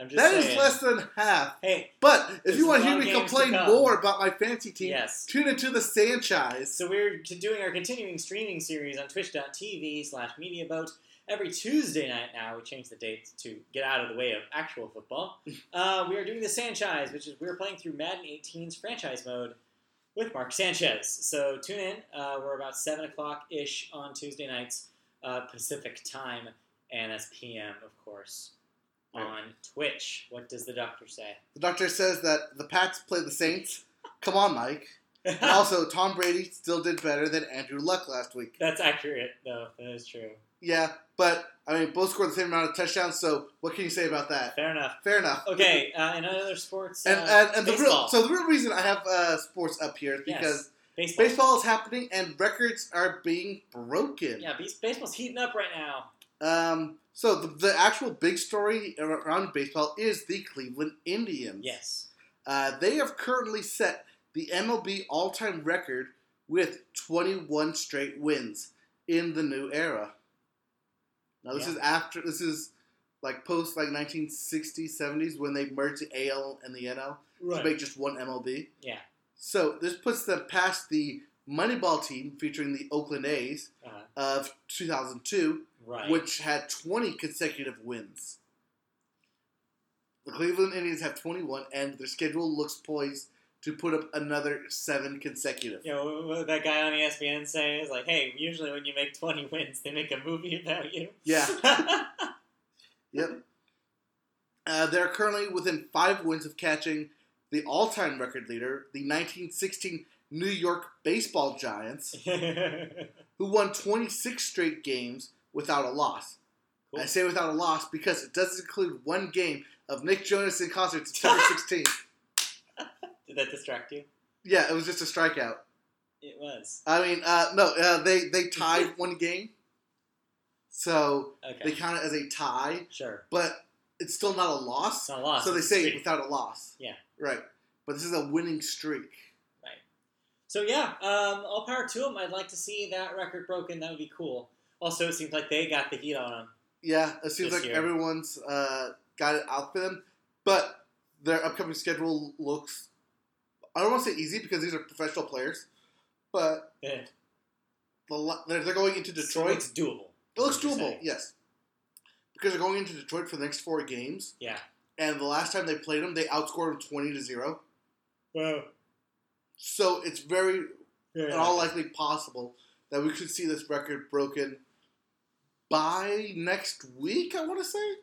S2: I'm just
S1: That is
S2: saying.
S1: less than half.
S2: Hey,
S1: But if
S2: There's
S1: you want
S2: a
S1: to hear
S2: lot of
S1: me
S2: games to
S1: complain
S2: come.
S1: more about my fancy team,
S2: yes.
S1: tune into the Sanchez.
S2: So we're t- doing our continuing streaming series on twitch.tv slash mediaboat every Tuesday night now. We changed the date to get out of the way of actual football. Uh, we are doing the Sanchez, which is we're playing through Madden 18's franchise mode with Mark Sanchez. So tune in. Uh, we're about 7 o'clock-ish on Tuesday nights uh, Pacific time, and that's PM, of course,
S1: Right.
S2: on Twitch. What does the doctor say?
S1: The doctor says that the Pats play the Saints. Come on, Mike. And also, Tom Brady still did better than Andrew Luck last week.
S2: that's accurate, though. That is true.
S1: Yeah, but I mean, both scored the same amount of touchdowns. So what can you say about that?
S2: Fair enough.
S1: Fair enough.
S2: Okay, uh, and other sports.
S1: And,
S2: uh,
S1: and, and the real,
S2: baseball.
S1: so the real reason I have uh, sports up here is
S2: Yes.
S1: because
S2: baseball.
S1: baseball is happening and records are being broken.
S2: Yeah, base- baseball's heating up right now.
S1: Um, so the, the actual big story around baseball is the Cleveland Indians.
S2: Yes.
S1: Uh, they have currently set the MLB all-time record with 21 straight wins in the new era. Now this
S2: Yeah.
S1: is after this is like post like 1960s 70s when they merged the AL and the NL to make just one MLB.
S2: Yeah.
S1: So this puts them past the Moneyball team featuring the Oakland A's
S2: Uh-huh.
S1: of 2002,
S2: Right.
S1: which had 20 consecutive wins. The Cleveland Indians have 21, and their schedule looks poised to put up another seven consecutive.
S2: you know, what- what that guy on E ESPN saying is like, hey, usually when you make 20 wins, they make a movie about you.
S1: Yeah. Yep. Uh, they're currently within five wins of catching the all-time record leader, the 1916 New York Baseball Giants. who won 26 straight games without a loss.
S2: Cool.
S1: I say without a loss because it does include one game of Nick Jonas in concert September 16th.
S2: Did that distract you?
S1: Yeah, it was just a strikeout.
S2: It was.
S1: I mean, uh, no, uh, they they tied one game, so they
S2: Okay.
S1: count it as a tie,
S2: Sure.
S1: but it's still not a
S2: It's
S1: loss.
S2: not lost.
S1: So they
S2: It's
S1: say
S2: sweet.
S1: without a loss.
S2: Yeah.
S1: Right. But this is a winning streak.
S2: So yeah, um, all power to them. I'd like to see that record broken. That would be cool. Also, it seems like they got the heat on them.
S1: Yeah, it seems
S2: This
S1: like
S2: year.
S1: everyone's uh, got it out for them, but their upcoming schedule looks. I don't want to say easy because these are professional players, but
S2: Eh,
S1: the, lo- they're, they're going into
S2: so
S1: Detroit.
S2: it's doable.
S1: It looks
S2: is what you're
S1: doable,
S2: saying.
S1: yes, because they're going into Detroit for the next four games,
S2: Yeah.
S1: and the last time they played them, they outscored them twenty to zero.
S2: Well,
S1: So it's very,
S2: yeah.
S1: in all likely possible that we could see this record broken by next week. I want to say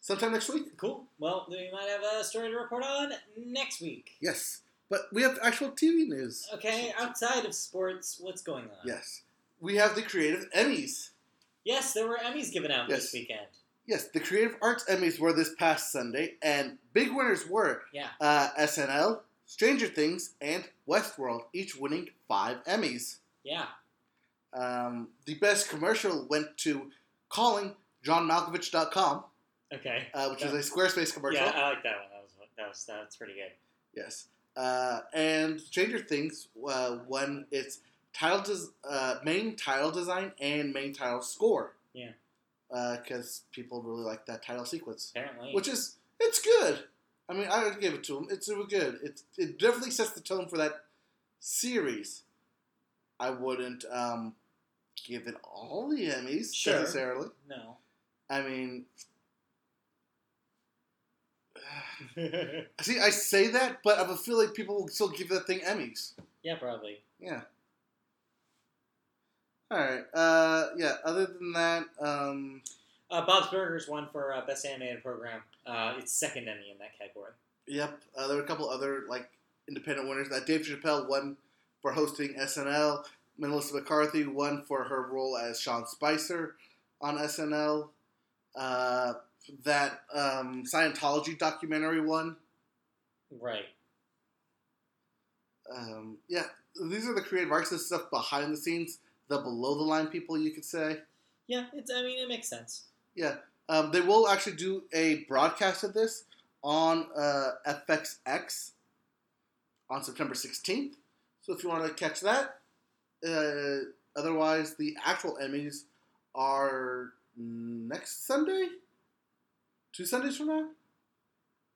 S1: sometime next week.
S2: Cool. Well, then we might have a story to report on next week.
S1: Yes, but we have actual TV news.
S2: Okay, outside of sports, what's going on?
S1: Yes, we have the Creative Emmys.
S2: Yes, there were Emmys given out
S1: Yes.
S2: this weekend.
S1: Yes, the Creative Arts Emmys were this past Sunday, and big winners were
S2: Yeah.
S1: uh, SNL, Stranger Things, and Westworld, each winning five Emmys.
S2: Yeah.
S1: Um, the best commercial went to calling johnmalkovich.com,
S2: Okay.
S1: uh, which is
S2: Yeah.
S1: a Squarespace commercial.
S2: Yeah, I like that one. That was that was that's pretty good.
S1: Yes. Uh, and Stranger Things uh, won its title des- uh, main title design and main title score.
S2: Yeah.
S1: Because people really like that title sequence,
S2: Apparently.
S1: which is it's good. I mean, I would give it to them. It's super good. It it definitely sets the tone for that series. I wouldn't um, give it all the Emmys
S2: Sure.
S1: necessarily.
S2: no.
S1: I mean, see, I say that, but I feel like people will still give that thing Emmys.
S2: yeah, probably.
S1: Yeah. All right. Uh, yeah. Other than that, um,
S2: Uh, Bob's Burgers won for uh, best animated program. Uh, it's second Emmy in that category.
S1: yep. Uh, there were a couple other like independent winners. That Dave Chappelle won for hosting SNL. Melissa McCarthy won for her role as Sean Spicer on SNL. Uh, that um, Scientology documentary won.
S2: Right.
S1: Um, yeah, these are the creative arts and stuff behind the scenes, the below the line people, you could say.
S2: Yeah, it's. I mean, it makes sense.
S1: Um, they will actually do a broadcast of this on uh, FXX on September 16th. So if you want to catch that, uh, otherwise the actual Emmys are next Sunday, two Sundays from now.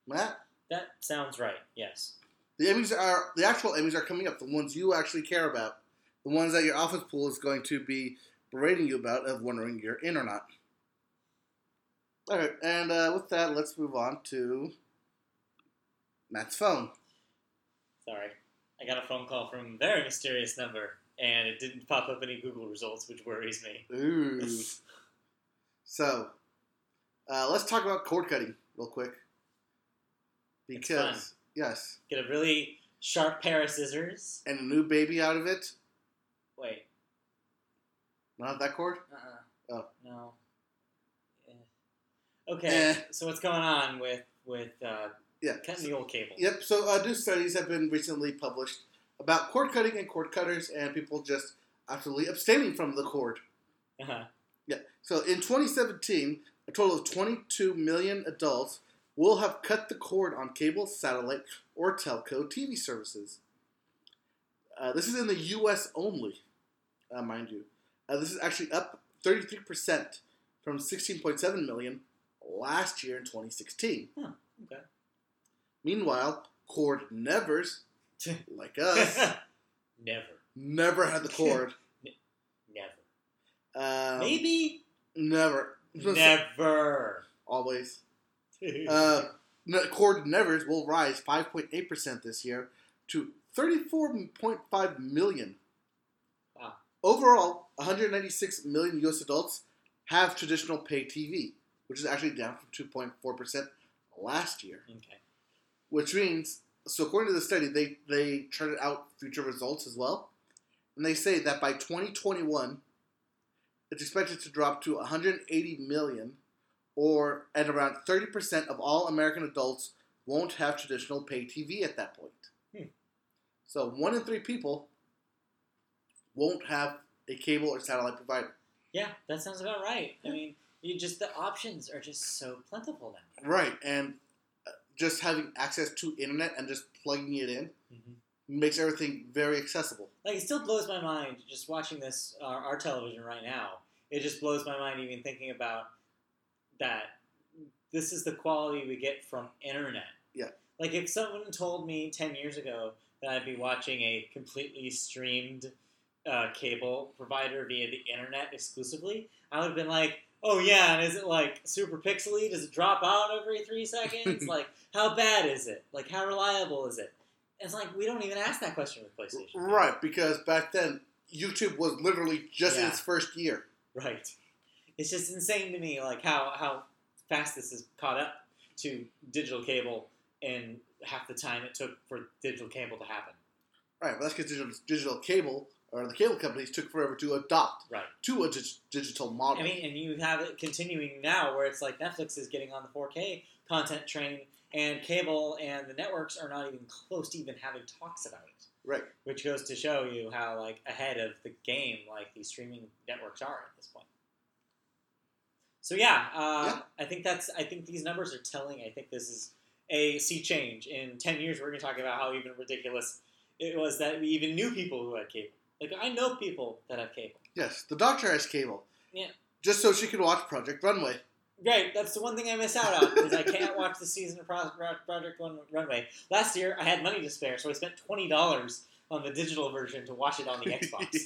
S1: Matt,
S2: That sounds right. Yes.
S1: the Emmys are the actual Emmys are coming up. The ones you actually care about, the ones that your office pool is going to be berating you about, of wondering you're in or not. All right, and uh, with that, let's move on to Matt's phone.
S2: Sorry. I got a phone call from a very mysterious number, and it didn't pop up any Google results, which worries me.
S1: Ooh. so, uh, let's talk about cord cutting real quick.
S2: It's
S1: Because yes,
S2: Get a really sharp pair of scissors.
S1: and a new baby out of it.
S2: Wait.
S1: Not that cord.
S2: Uh-uh.
S1: Oh.
S2: No. Eh. Okay.
S1: Eh.
S2: So what's going on with with uh,
S1: Yeah.
S2: cutting the old cable?
S1: Yep. So uh, new studies have been recently published about cord cutting and cord cutters, and people just absolutely abstaining from the cord.
S2: Uh-huh.
S1: So in 2017, a total of 22 million adults will have cut the cord on cable, satellite, or telco TV services. Uh, this is in the U.S. only, uh, mind you. Uh, this is actually up 33% from 16.7 million last year in 2016.
S2: Huh, okay.
S1: Meanwhile, cord nevers, like us,
S2: never,
S1: never had the cord.
S2: never,
S1: Um,
S2: maybe,
S1: Never.
S2: never.
S1: Always. Uh, n- cord nevers will rise 5.8% this year to 34.5 million.
S2: Wow.
S1: Overall, 196 million U.S. adults have traditional pay TV, which is actually down from 2.4% last year.
S2: okay.
S1: Which means, so according to the study, they, they charted out future results as well. And they say that by 2021, it's expected to drop to 180 million, or at around 30% of all American adults won't have traditional pay TV at that point.
S2: Hmm.
S1: So one in three people won't have a cable or satellite provider.
S2: Yeah, that sounds about right. I mean, you just the options are just so plentiful now.
S1: Right, and uh, just having access to internet and just plugging it in
S2: Mm-hmm.
S1: makes everything very accessible.
S2: Like it still blows my mind just watching this uh, our television right now. It just blows my mind even thinking about that. This is the quality we get from internet.
S1: Yeah.
S2: Like if someone told me ten years ago that I'd be watching a completely streamed uh, cable provider via the internet exclusively, I would have been like, "Oh yeah, and is it like super pixely? Does it drop out every three seconds? like how bad is it? Like how reliable is it?" It's like we don't even ask that question with PlayStation.
S1: Right, because back then YouTube was literally just in
S2: Yeah.
S1: its first year.
S2: Right. It's just insane to me, like how how fast this has caught up to digital cable and half the time it took for digital cable to happen.
S1: Right, but that's because digital, digital cable or the cable companies took forever to adopt
S2: Right.
S1: to a dig- digital model.
S2: I mean, and you have it continuing now where it's like Netflix is getting on the 4K content train, and cable and the networks are not even close to even having talks about it.
S1: right.
S2: Which goes to show you how like ahead of the game like the streaming networks are at this point. So yeah, uh, I think that's I think these numbers are telling. I think this is a sea change. In ten years, we're going to talk about how even ridiculous it was that we even knew people who had cable. Like I know people that have cable.
S1: Yes, the doctor has cable.
S2: Yeah.
S1: Just so she could watch Project Runway.
S2: Great. That's the one thing I miss out on because I can't watch the season of Pro- Pro- Project One Runway. Last year, I had money to spare, so I spent twenty dollars on the digital version to watch it on the Xbox.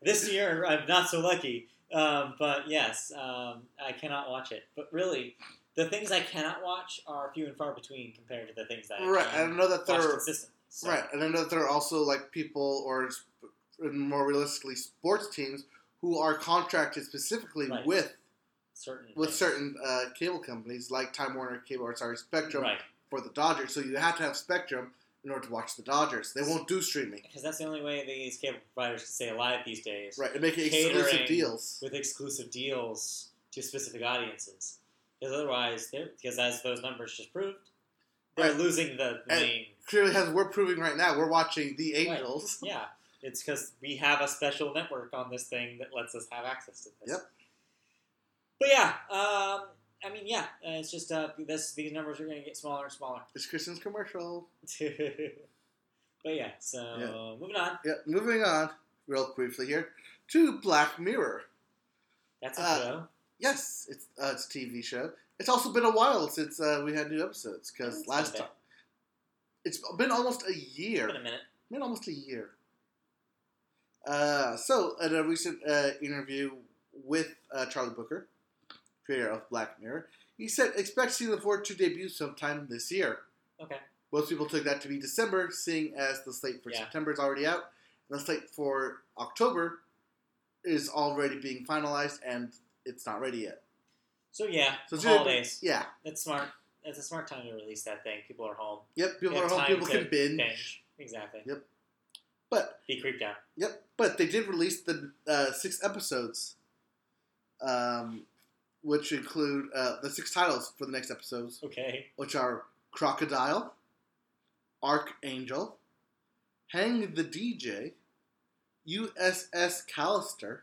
S2: this year, I'm not so lucky. Um, but yes, um, I cannot watch it. But really, the things I cannot watch are few and far between compared to the things that I
S1: right,
S2: can
S1: and I know that there
S2: watch
S1: are,
S2: consistently. So,
S1: right, and I know that there are also like people or sp- more realistically sports teams who are contracted specifically
S2: Right.
S1: with
S2: certain
S1: with
S2: things.
S1: certain uh, cable companies like Time Warner Cable or sorry Spectrum
S2: right
S1: for the Dodgers. So you have to have Spectrum in order to watch the Dodgers. They won't do streaming.
S2: because that's the only way these cable providers can stay alive these days.
S1: Right, and make it
S2: Catering.
S1: exclusive deals.
S2: with exclusive deals to specific audiences. Because otherwise, they're, because as those numbers just proved, they're
S1: Right.
S2: losing the the
S1: And-
S2: main.
S1: Clearly, as we're proving right now, we're watching the
S2: Right.
S1: Angels.
S2: Yeah, it's because we have a special network on this thing that lets us have access to this.
S1: Yep.
S2: But yeah, um, I mean, yeah, uh, it's just uh, this, these numbers are going to get smaller and smaller.
S1: It's Kristen's commercial.
S2: but yeah, so moving on.
S1: Yeah, moving on real briefly here to Black Mirror.
S2: That's a
S1: Uh,
S2: show.
S1: Yes, it's uh, it's a TV show. It's also been a while since uh, we had new episodes
S2: Oh,
S1: because
S2: it's
S1: last
S2: been a
S1: time it's been almost a
S2: It's
S1: year.
S2: been a minute.
S1: been almost a year. Uh, so, in a recent uh, interview with uh, Charlie Booker, creator of Black Mirror, he said expect season four to debut sometime this year.
S2: Okay.
S1: Most people took that to be December, seeing as the slate for
S2: Yeah.
S1: September is already out, and the slate for October is already being finalized, and it's not ready yet.
S2: So yeah,
S1: So it's gonna be-
S2: holidays.
S1: Yeah.
S2: That's smart. That's a smart time to release that thing. People are home.
S1: Yep. People
S2: Yeah,
S1: are home.
S2: time
S1: People
S2: to
S1: can binge.
S2: Binge. Exactly.
S1: Yep. But
S2: Be creeped out.
S1: Yep, but they did release the uh, six episodes, um, which include uh, the six titles for the next episodes,
S2: Okay.
S1: which are Crocodile, Archangel, Hang the DJ, USS Callister,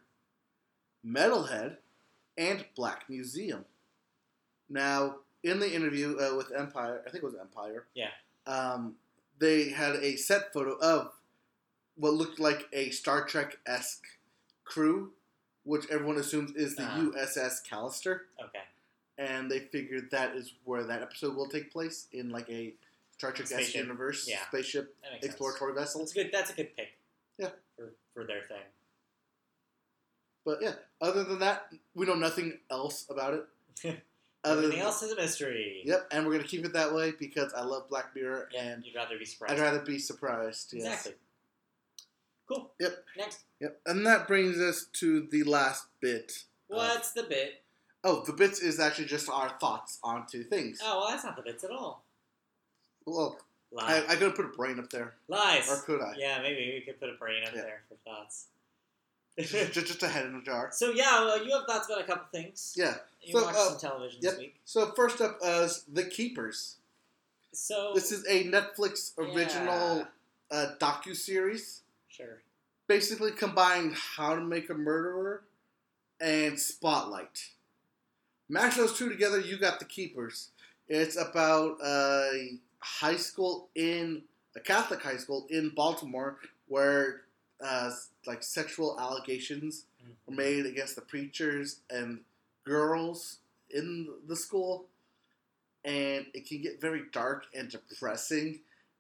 S1: Metalhead, and Black Museum. Now, in the interview uh, with Empire, I think it was Empire.
S2: Yeah.
S1: Um, they had a set photo of what looked like a Star Trek esque crew, which everyone assumes is the
S2: Ah.
S1: USS Callister
S2: Okay.
S1: and they figured that is where that episode will take place in like a Star Trek esque
S2: Spaceship.
S1: universe
S2: Yeah.
S1: spaceship
S2: That makes sense.
S1: exploratory vessel.
S2: That's a good. That's a good pick.
S1: Yeah.
S2: For, for their thing.
S1: But yeah, other than that, we know nothing else about it. other
S2: Everything
S1: than,
S2: else is a mystery.
S1: Yep, and we're gonna keep it that way because I love Black Mirror
S2: Yeah,
S1: and
S2: you'd rather be surprised.
S1: I'd rather be surprised. Yes.
S2: Exactly. Cool.
S1: Yep.
S2: Next.
S1: Yep. And that brings us to the last bit.
S2: What's the bit?
S1: Oh, the bits is actually just our thoughts on two things.
S2: Oh, well, that's not the bits at all.
S1: Well, I,
S2: Lies.
S1: I could put a brain up there,
S2: Lies.
S1: or could I?
S2: Yeah, maybe we could put a brain up
S1: Yeah.
S2: there for thoughts.
S1: just, just just a head in a jar.
S2: so yeah, well, you have thoughts about a couple things.
S1: Yeah.
S2: You
S1: So,
S2: watched
S1: uh,
S2: some television
S1: yep.
S2: this week.
S1: So first up is The Keepers.
S2: So
S1: This is a Netflix original
S2: Yeah.
S1: uh, docu series.
S2: sure.
S1: Basically, combined How to Make a Murderer and Spotlight. Match those two together, you got The Keepers. It's about a high school in a Catholic high school in Baltimore where uh, like sexual allegations were made against the preachers and girls in the school, and it can get very dark and depressing.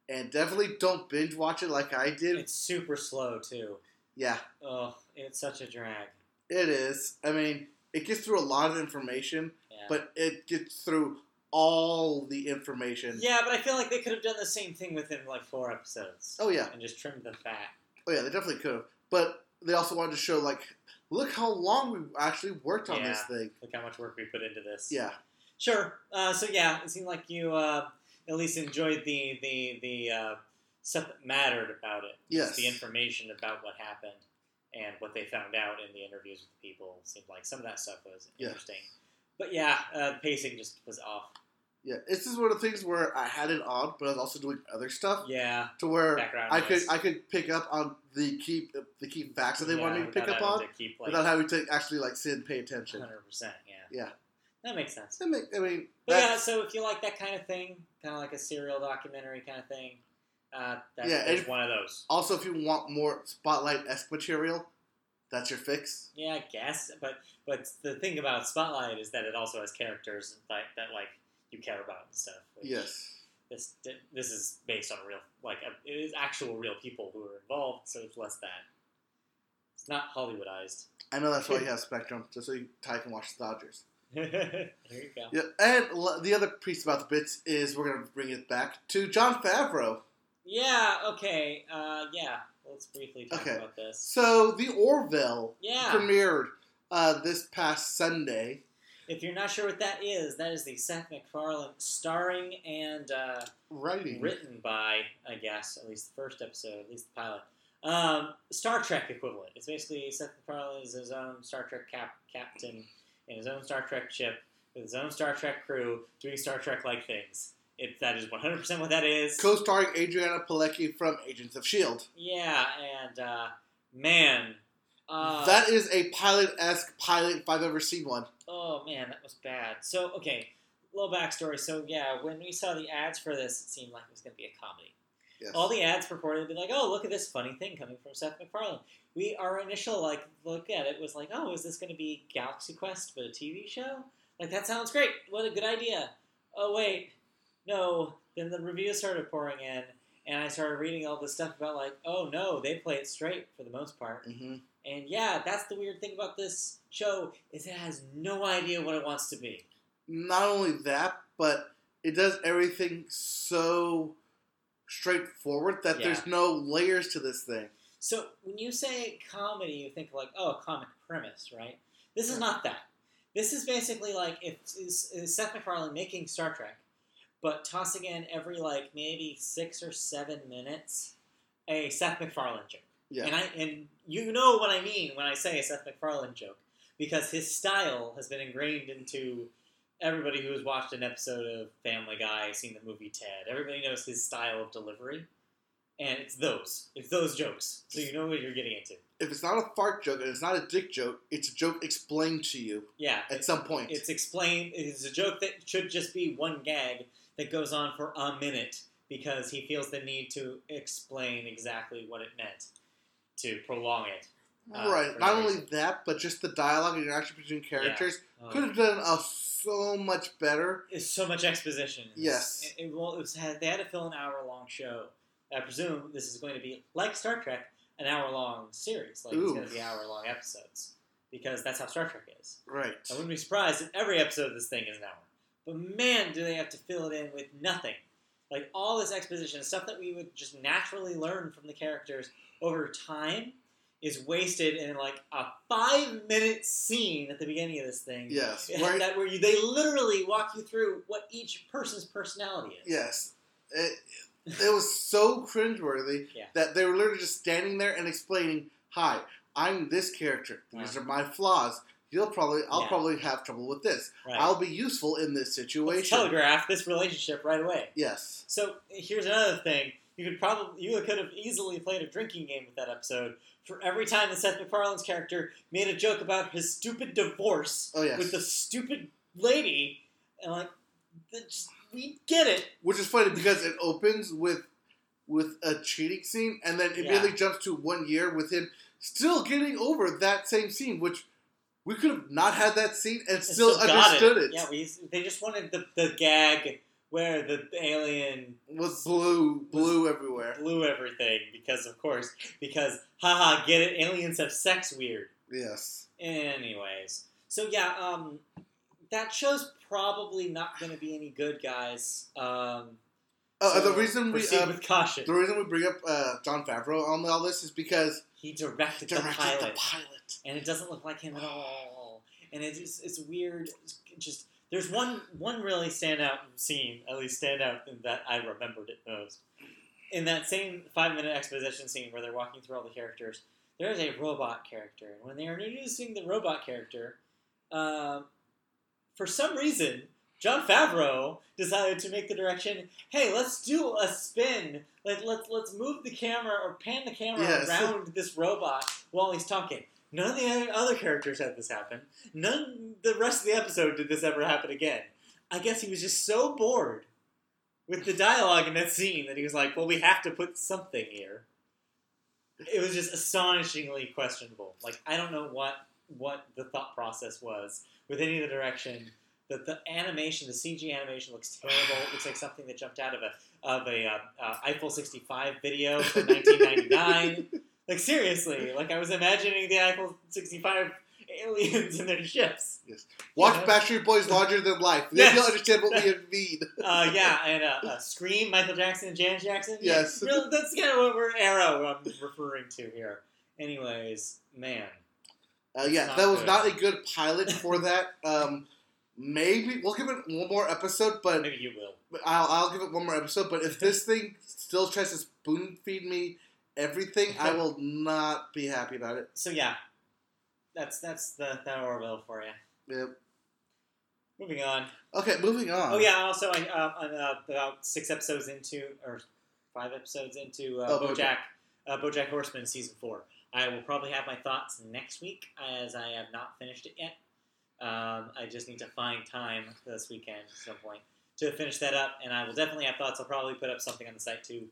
S1: And definitely don't binge watch it like I did.
S2: It's super slow too.
S1: Yeah,
S2: Oh, it's such a drag.
S1: it is. I mean, it gets through a lot of information,
S2: Yeah.
S1: but it gets through all the information.
S2: yeah, but I feel like they could have done the same thing within like four episodes
S1: Oh yeah.
S2: and just trimmed the fat.
S1: Oh yeah. They definitely could have. But they also wanted to show like, look how long we actually worked on this
S2: Yeah.
S1: thing.
S2: Look how much work we put into this.
S1: Yeah.
S2: Sure. Uh, so yeah, it seemed like you uh, at least enjoyed the the the uh, stuff that mattered about it.
S1: Yes.
S2: The information about what happened and what they found out in the interviews with the people seemed like some of that stuff was
S1: Yeah.
S2: interesting. But yeah, uh, the pacing just was off.
S1: Yeah, this is one of the things where I had it on, but I was also doing other stuff
S2: Yeah.
S1: to where
S2: Background.
S1: I could
S2: noise.
S1: I could pick up on the key the key facts that they
S2: Yeah,
S1: wanted me to pick
S2: without
S1: up on
S2: having to keep, like, Uh-huh.
S1: without having to actually like sit and pay attention.
S2: Hundred percent. Yeah.
S1: Yeah.
S2: That makes sense.
S1: I mean, I mean
S2: But yeah,
S1: that's-
S2: so if you like that kind of thing, kind of like a serial documentary kind of thing, uh, that,
S1: Yeah,
S2: that's
S1: and-
S2: one of those.
S1: also if you want more spotlight esque material, that's your fix.
S2: Yeah, I guess. But but the thing about Spotlight is that it also has characters like that like you care about and stuff. which
S1: Yes.
S2: This this is based on real like uh, it is actual real people who are involved, so it's less that. It's not Hollywoodized.
S1: I know that's why you have Spectrum, just so you, Ty can watch the Dodgers.
S2: there you go.
S1: Yeah, and l- the other piece about the bits is we're gonna bring it back to John Favreau.
S2: Yeah. Okay. Uh, yeah. Let's briefly talk
S1: Okay.
S2: about this.
S1: So the Orville
S2: Yeah.
S1: premiered uh, this past Sunday.
S2: If you're not sure what that is, that is the Seth MacFarlane starring and uh,
S1: Writing.
S2: written by, I guess, at least the first episode, at least the pilot, um, Star Trek equivalent. It's basically Seth MacFarlane is his own Star Trek cap- captain in his own Star Trek ship with his own Star Trek crew doing Star Trek like things. It, that is 100% what that is.
S1: co-starring Adriana Pilecki from Agents of Shield.
S2: Yeah, and uh, man. Uh,
S1: that is a pilot-esque pilot if I've ever seen one.
S2: Oh man, that was bad. So okay, little backstory. So yeah, when we saw the ads for this, it seemed like it was going to be a comedy.
S1: Yes.
S2: All the ads purported to be like, "Oh, look at this funny thing coming from Seth MacFarlane." We our initial like look at it was like, "Oh, is this going to be Galaxy Quest but a TV show?" Like that sounds great. What a good idea. Oh wait, no. Then the reviews started pouring in, and I started reading all this stuff about like, "Oh no, they play it straight for the most part."
S1: hmm
S2: And yeah, that's the weird thing about this show is it has no idea what it wants to be.
S1: Not only that, but it does everything so straightforward that
S2: Yeah.
S1: there's no layers to this thing.
S2: So when you say comedy, you think like, oh, a comic premise, right? This is not that. This is basically like if is, is Seth MacFarlane making Star Trek, but tossing in every like maybe six or seven minutes a Seth MacFarlane joke.
S1: Yeah.
S2: And I and you know what I mean when I say a Seth MacFarlane joke because his style has been ingrained into everybody who has watched an episode of Family Guy, seen the movie Ted. Everybody knows his style of delivery, and it's those. It's those jokes. So you know what you're getting into.
S1: If it's not a fart joke and it's not a dick joke, it's a joke explained to you
S2: Yeah.
S1: at some point.
S2: It's explained. It's a joke that should just be one gag that goes on for a minute because he feels the need to explain exactly what it meant to prolong it. uh,
S1: right.
S2: for
S1: Not
S2: no
S1: only that, but just the dialogue and interaction between characters could
S2: Um,
S1: have done a so much better.
S2: It's so much exposition.
S1: Yes.
S2: It, it- well, it was, had, they had to fill an hour long show. I presume this is going to be like Star Trek, an hour long series. Like it's
S1: Ooh.
S2: going to be hour long episodes because that's how Star Trek is.
S1: Right.
S2: I wouldn't be surprised if every episode of this thing is an hour. But man, do they have to fill it in with nothing. Like all this exposition, stuff that we would just naturally learn from the characters over time, is wasted in like a five minute scene at the beginning of this thing.
S1: Yes.
S2: And
S1: Where-
S2: that where you, they literally walk you through what each person's personality is.
S1: Yes. It, it was so cringeworthy
S2: Yeah.
S1: that they were literally just standing there and explaining, "Hi, I'm this character. These are my flaws. You'll probably, I'll
S2: Uh-huh. Yeah.
S1: probably have trouble with this.
S2: Right.
S1: I'll be useful in this
S2: Let's
S1: situation."
S2: telegraph this relationship right away.
S1: yes.
S2: So here's another thing. You could probably you could have easily played a drinking game with that episode. For every time that Seth MacFarlane's character made a joke about his stupid divorce
S1: Oh yes.
S2: with the stupid lady, and like, the- just, we get it.
S1: Which is funny because it opens with with a cheating scene and then immediately jumps to one year with him still getting over that same scene, which we could have not had that scene and
S2: and
S1: still,
S2: got
S1: understood it.
S2: Yeah, we, they just wanted the, the gag where the alien
S1: Was blue, blue everywhere.
S2: blew everything because of course because haha get it aliens have sex weird.
S1: Yes.
S2: Anyways, so yeah, um, that show's probably not going to be any good, guys. Um,
S1: Oh, and
S2: so
S1: the reason we
S2: proceed
S1: uh,
S2: with caution.
S1: the reason we bring up uh, John Favreau on all this is because
S2: he directed,
S1: directed
S2: the pilot,
S1: the pilot.
S2: and it doesn't look like him at all. And it's it's weird. It's just There's one one really standout scene, at least standout in that I remembered it most. In that same five minute exposition scene where they're walking through all the characters, there is a robot character, and when they are introducing the robot character, um for some reason, John Favreau decided to make the direction. Hey, let's do a spin. Let let's let's move the camera or pan the camera
S1: Yes.
S2: around this robot while he's talking. None of the other- other characters had this happen. None the rest of the episode did this ever happen again. I guess he was just so bored with the dialogue in that scene that he was like, "Well, we have to put something here." It was just astonishingly questionable. Like I don't know what what the thought process was with any of the direction. That the animation, the CG animation, looks terrible. It looks like something that jumped out of a of a uh, uh, Eiffel 65 video from 1999. like seriously, like I was imagining the Eiffel 65 aliens in their ships.
S1: Watch
S2: Yeah.
S1: Backstreet Boys larger than life. Then
S2: Yes.
S1: you'll understand what we mean.
S2: uh, yeah, and uh, uh, Scream, Michael Jackson and Janet Jackson. Yeah,
S1: Yes.
S2: real- that's kind of what we're arrow what I'm referring to here. Anyways, man,
S1: Uh, yeah,
S2: Not
S1: that was
S2: good.
S1: not a good pilot for that. Um, maybe we'll give it one more episode, but
S2: maybe you will.
S1: I'll, I'll give it one more episode. But if this thing still tries to spoon feed me everything, I will not be happy about it.
S2: So yeah, that's that's the that Orville for you.
S1: Yep.
S2: Moving on.
S1: Okay, moving on.
S2: Oh yeah, also I, uh, I'm uh, about six episodes into or five episodes into uh,
S1: Oh,
S2: BoJack,
S1: BoJack.
S2: Uh, BoJack Horseman season four. I will probably have my thoughts next week, as I have not finished it yet. Um, I just need to find time this weekend at some point to finish that up, and I will definitely have thoughts. I'll probably put up something on the site too,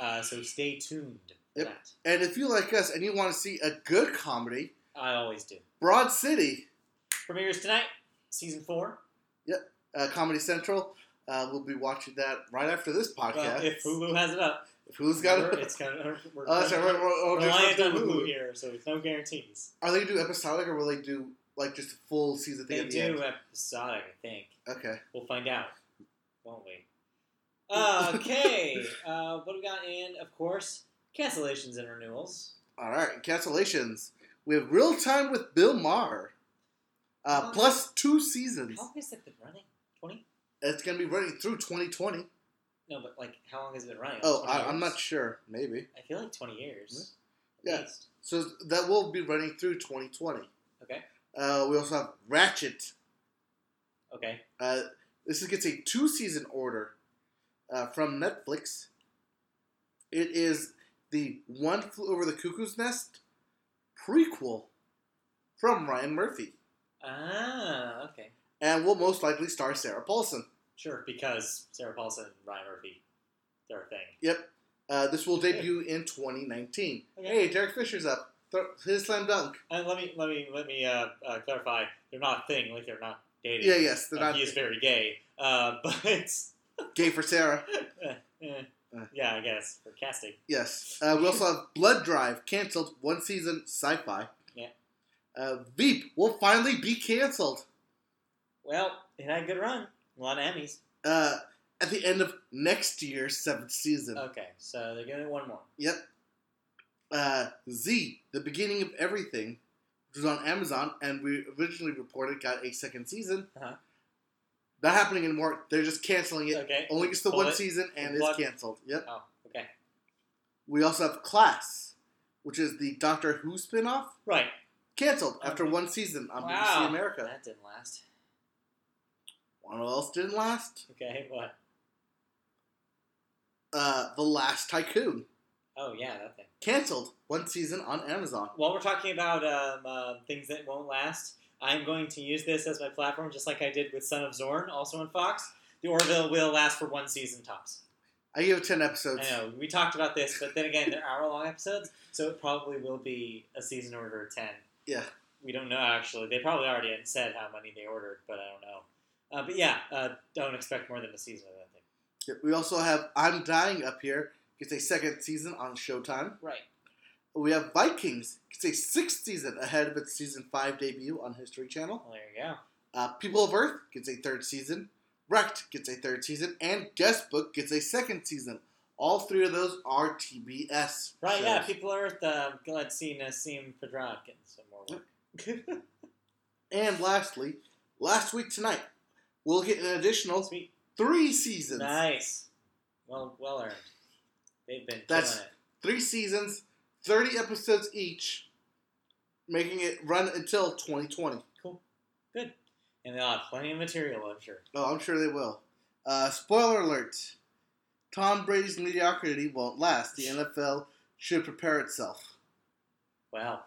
S2: uh, so stay tuned. For
S1: Yep.
S2: that.
S1: And if you like us and you want to see a good comedy,
S2: I always do.
S1: Broad City,
S2: Premieres tonight, season four.
S1: uh, Comedy Central. Uh, we'll be watching that right after this podcast.
S2: Well, if Hulu has it up,
S1: If Hulu's got
S2: Remember,
S1: it.
S2: it's kind of we're
S1: Oh, that's right. We're, we're, we're
S2: reliant on
S1: doing Hulu.
S2: Hulu here, so it's no guarantees.
S1: Are they gonna do episodic or will they do like just a full season thing
S2: They
S1: at the
S2: do
S1: end?
S2: episodic, I think.
S1: Okay.
S2: We'll find out, won't we? Okay. uh, what do we got? And of course, cancellations and renewals.
S1: All right. Cancellations. We have Real Time with Bill Maher. Uh, plus two seasons.
S2: How long has it been running? Twenty?
S1: It's gonna be running through 2020.
S2: No, but like, how long has it been running? Like,
S1: Oh,
S2: 20
S1: I, I'm
S2: years?
S1: not sure. Maybe.
S2: I feel like twenty years.
S1: Yeah.
S2: At least.
S1: So that will be running through 2020.
S2: Okay.
S1: Uh, we also have Ratchet.
S2: Okay.
S1: Uh, this is- gets a two season order uh, from Netflix. It is the One Flew Over the Cuckoo's Nest prequel from Ryan Murphy.
S2: Ah. Okay.
S1: And will most likely star Sarah Paulson.
S2: Sure. Because Sarah Paulson, and Ryan Murphy, their thing.
S1: Yep. Uh, this will debut in 2019.
S2: Okay.
S1: Hey, Derek Fisher's up. Th- his slam dunk.
S2: And let me let me let me uh, uh, clarify. They're not a thing. Like they're not dating.
S1: Yeah, yes, they're
S2: Uh,
S1: not
S2: he is very gay. Uh, but
S1: gay for Sarah.
S2: Eh, eh. yeah, I guess for casting.
S1: Yes. Uh, we also have Blood Drive canceled. One season sci-fi.
S2: Yeah.
S1: Uh, Veep will finally be canceled.
S2: Well, it had a good run, a lot of Emmys.
S1: uh, at the end of next year's seventh season.
S2: Okay, so they're giving it one more.
S1: Yep. Uh, Z, the beginning of everything, which was on Amazon, and we originally reported got a second season.
S2: Uh-huh.
S1: Not happening anymore. They're just canceling it.
S2: Okay.
S1: Only gets the
S2: Pull
S1: one
S2: it.
S1: season, and
S2: One.
S1: it's canceled. Yep.
S2: Oh, okay.
S1: We also have Class, which is the Doctor Who spinoff,
S2: Right.
S1: canceled after
S2: Okay.
S1: one season on
S2: wow.
S1: BBC America.
S2: That didn't last.
S1: What else didn't last?
S2: Okay. What?
S1: Uh, the Last Tycoon,
S2: Oh yeah, that thing.
S1: canceled one season on Amazon.
S2: While we're talking about um, uh, things that won't last, I'm going to use this as my platform, just like I did with Son of Zorn, also on Fox. The Orville will last for one season tops.
S1: I give it ten episodes.
S2: I know we talked about this, but then again, they're hour-long episodes, so it probably will be a season order of ten.
S1: Yeah.
S2: we don't know actually. They probably already had said how many they ordered, but I don't know. Uh, but yeah, uh, don't expect more than a season of that thing.
S1: Yep, We also have I'm Dying Up Here gets a second season on Showtime.
S2: Right.
S1: We have Vikings gets a sixth season ahead of its season five debut on History Channel.
S2: Well, there you go.
S1: Uh, People of Earth gets a third season. Wrecked gets a third season, and Guest Book gets a second season. All three of those are TBS.
S2: Right. Yeah.
S1: shows.
S2: People Earth. Uh, glad seeing Nassim Pedrad getting some more work.
S1: And lastly, last week tonight, We'll get an additional
S2: Sweet.
S1: three seasons.
S2: Nice. Well, well earned. They've been
S1: That's-
S2: killing it.
S1: Three seasons, 30 episodes each, making it run until 2020.
S2: And they'll have plenty of material, I'm sure.
S1: Oh, I'm sure they will. Uh, spoiler alert Tom Brady's mediocrity won't last. The NFL should prepare itself.
S2: Wow.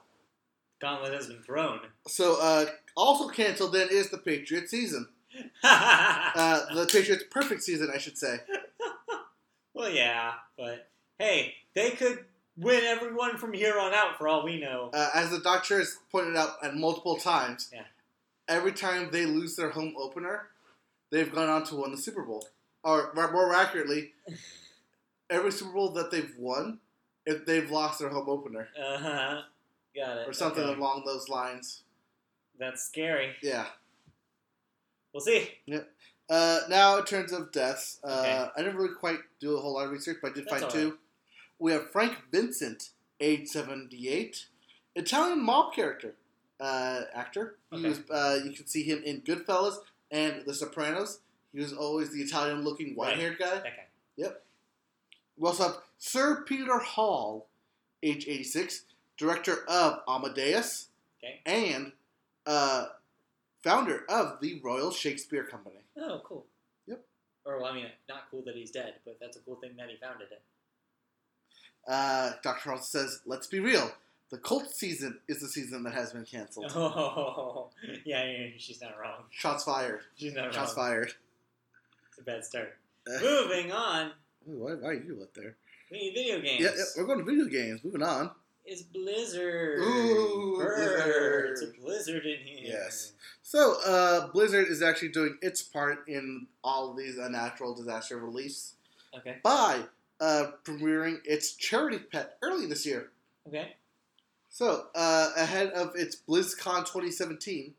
S2: Gauntlet has been thrown.
S1: So, uh, also canceled then is the Patriots season. Uh, the Patriots' perfect season, I should say.
S2: well, yeah, but hey, they could win everyone from here on out for all we know.
S1: Uh, as the doctor has pointed out at multiple times,
S2: Yeah.
S1: every time they lose their home opener, they've gone on to win the Super Bowl. Or ra- more accurately, every Super Bowl that they've won, if they've lost their home opener
S2: Uh huh. Got it.
S1: or something
S2: Okay.
S1: along those lines.
S2: That's scary.
S1: Yeah.
S2: We'll see.
S1: Uh, now, in terms of deaths, uh,
S2: Okay.
S1: I didn't really quite do a whole lot of research, but I did
S2: That's
S1: find
S2: all
S1: two. We have Frank Vincent, age 78, Italian mob character, uh, actor. He
S2: Okay.
S1: was, uh, you can see him in Goodfellas and The Sopranos. He was always the Italian looking white haired guy.
S2: That guy.
S1: We also have Sir Peter Hall, age 86, director of Amadeus
S2: Okay.
S1: and uh, founder of the Royal Shakespeare Company.
S2: Oh, cool.
S1: Yep.
S2: Or, well, I mean, not cool that he's dead, but that's a cool thing that he founded it.
S1: Uh, Dr. House says, let's be real. The cult season is the season that has been canceled.
S2: Oh, yeah, yeah, yeah, she's not wrong.
S1: Shots fired.
S2: She's not
S1: Shots
S2: wrong.
S1: fired.
S2: It's a bad start.
S1: Uh.
S2: Moving on,
S1: Ooh, why, why are you up there?
S2: we need video games.
S1: Yeah, yeah, we're going to video games. Moving on.
S2: It's Blizzard.
S1: Ooh,
S2: Brr, It's
S1: Blizzard.
S2: a Blizzard in here.
S1: Yes. So, uh, Blizzard is actually doing its part in all of these unnatural disaster reliefs
S2: Okay.
S1: by uh, premiering its charity pet early this year.
S2: Okay.
S1: So, uh, ahead of its BlizzCon 2017,